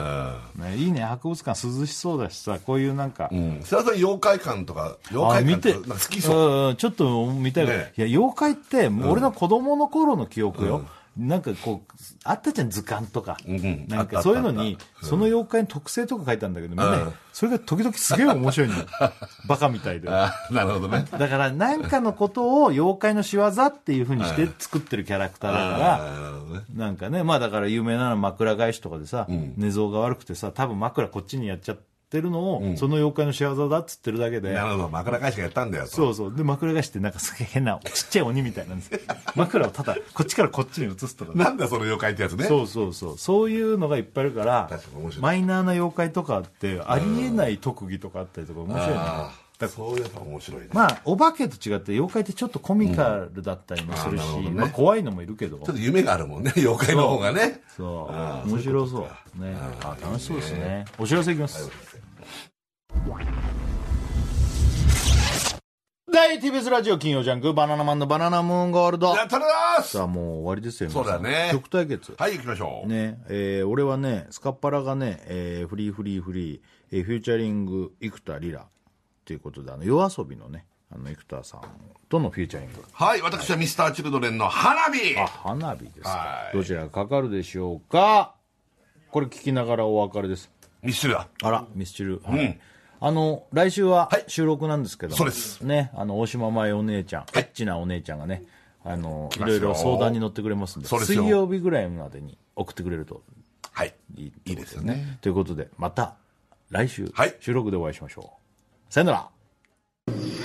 ね、いいね博物館涼しそうだしさこういうなんか、
うんそれはそれ妖怪館とか
あ
妖怪
見
館
て
とかなんか好きそう
うんちょっと見たい、
ね
いや妖怪って俺の子供の頃の記憶よ、なんかこうあったじゃん図鑑とか、
ん
な
あ
ん
ったあ
か
った
そういうのに、その妖怪の特性とか書いたんだけど、みんなそれが時々すげえ面白いの よバカみたいでだ
あーなるほどね
からなんかのことを妖怪の仕業っていうふうにして作ってるキャラクターだから、
あーなるほどね
なんかねまあだから有名なのは枕返しとかでさ、寝相が悪くてさ多分枕こっちにやっちゃってるのを、その妖怪の仕業だっつってるだけで
なるほど枕返しがやったんだよと
そうそう。で、枕返しってなんかすげえ変な、ちっちゃい鬼みたいなんです よ。枕をただ、こっちからこっちに移すとか。
なんだその妖怪ってやつね
そうそうそう。そういうのがいっぱいあるから
確かに面白い
マイナーな妖怪とかあって、ありえない特技とかあったりとか面白いな。
ああそういうやっぱ面白いね、
まあ、お化けと違って妖怪ってちょっとコミカルだったりもするし、
うんあーなるほどね
まあ怖いのもいるけど
ちょ。っと夢があるもんね 妖怪の方がね
そう。面白そう。ね。あー、楽しそうですね。お知らせいきます。大 TBS ラジオ金曜ジャンクバナナマンのバナナムーンゴールド
やったらーす
さあもう終わりですよ
そうだね
皆さん曲対決
はい行きましょう、
ねえー俺はねスカッパラがね、えーフリーフリーフリー、えーフューチャリング生田リラということであの夜遊びのねあの生田さんとのフューチャリング
はい私はミスターチルドレンの花火
あ花火ですか
はい
どちらがかかるでしょうかこれ聞きながらお別れです
ミスチルだ
あらミスチル、はいあの来週は収録なんですけども、
そうです
ねあの大島麻衣お姉ちゃん、エッチなお姉ちゃんがねあのいろいろ相談に乗ってくれますんで
そうです
水
よ
曜日ぐらいまでに送ってくれると
はい
いい
いいですよね
ということでまた来週、
はい
収録でお会いしましょうさよなら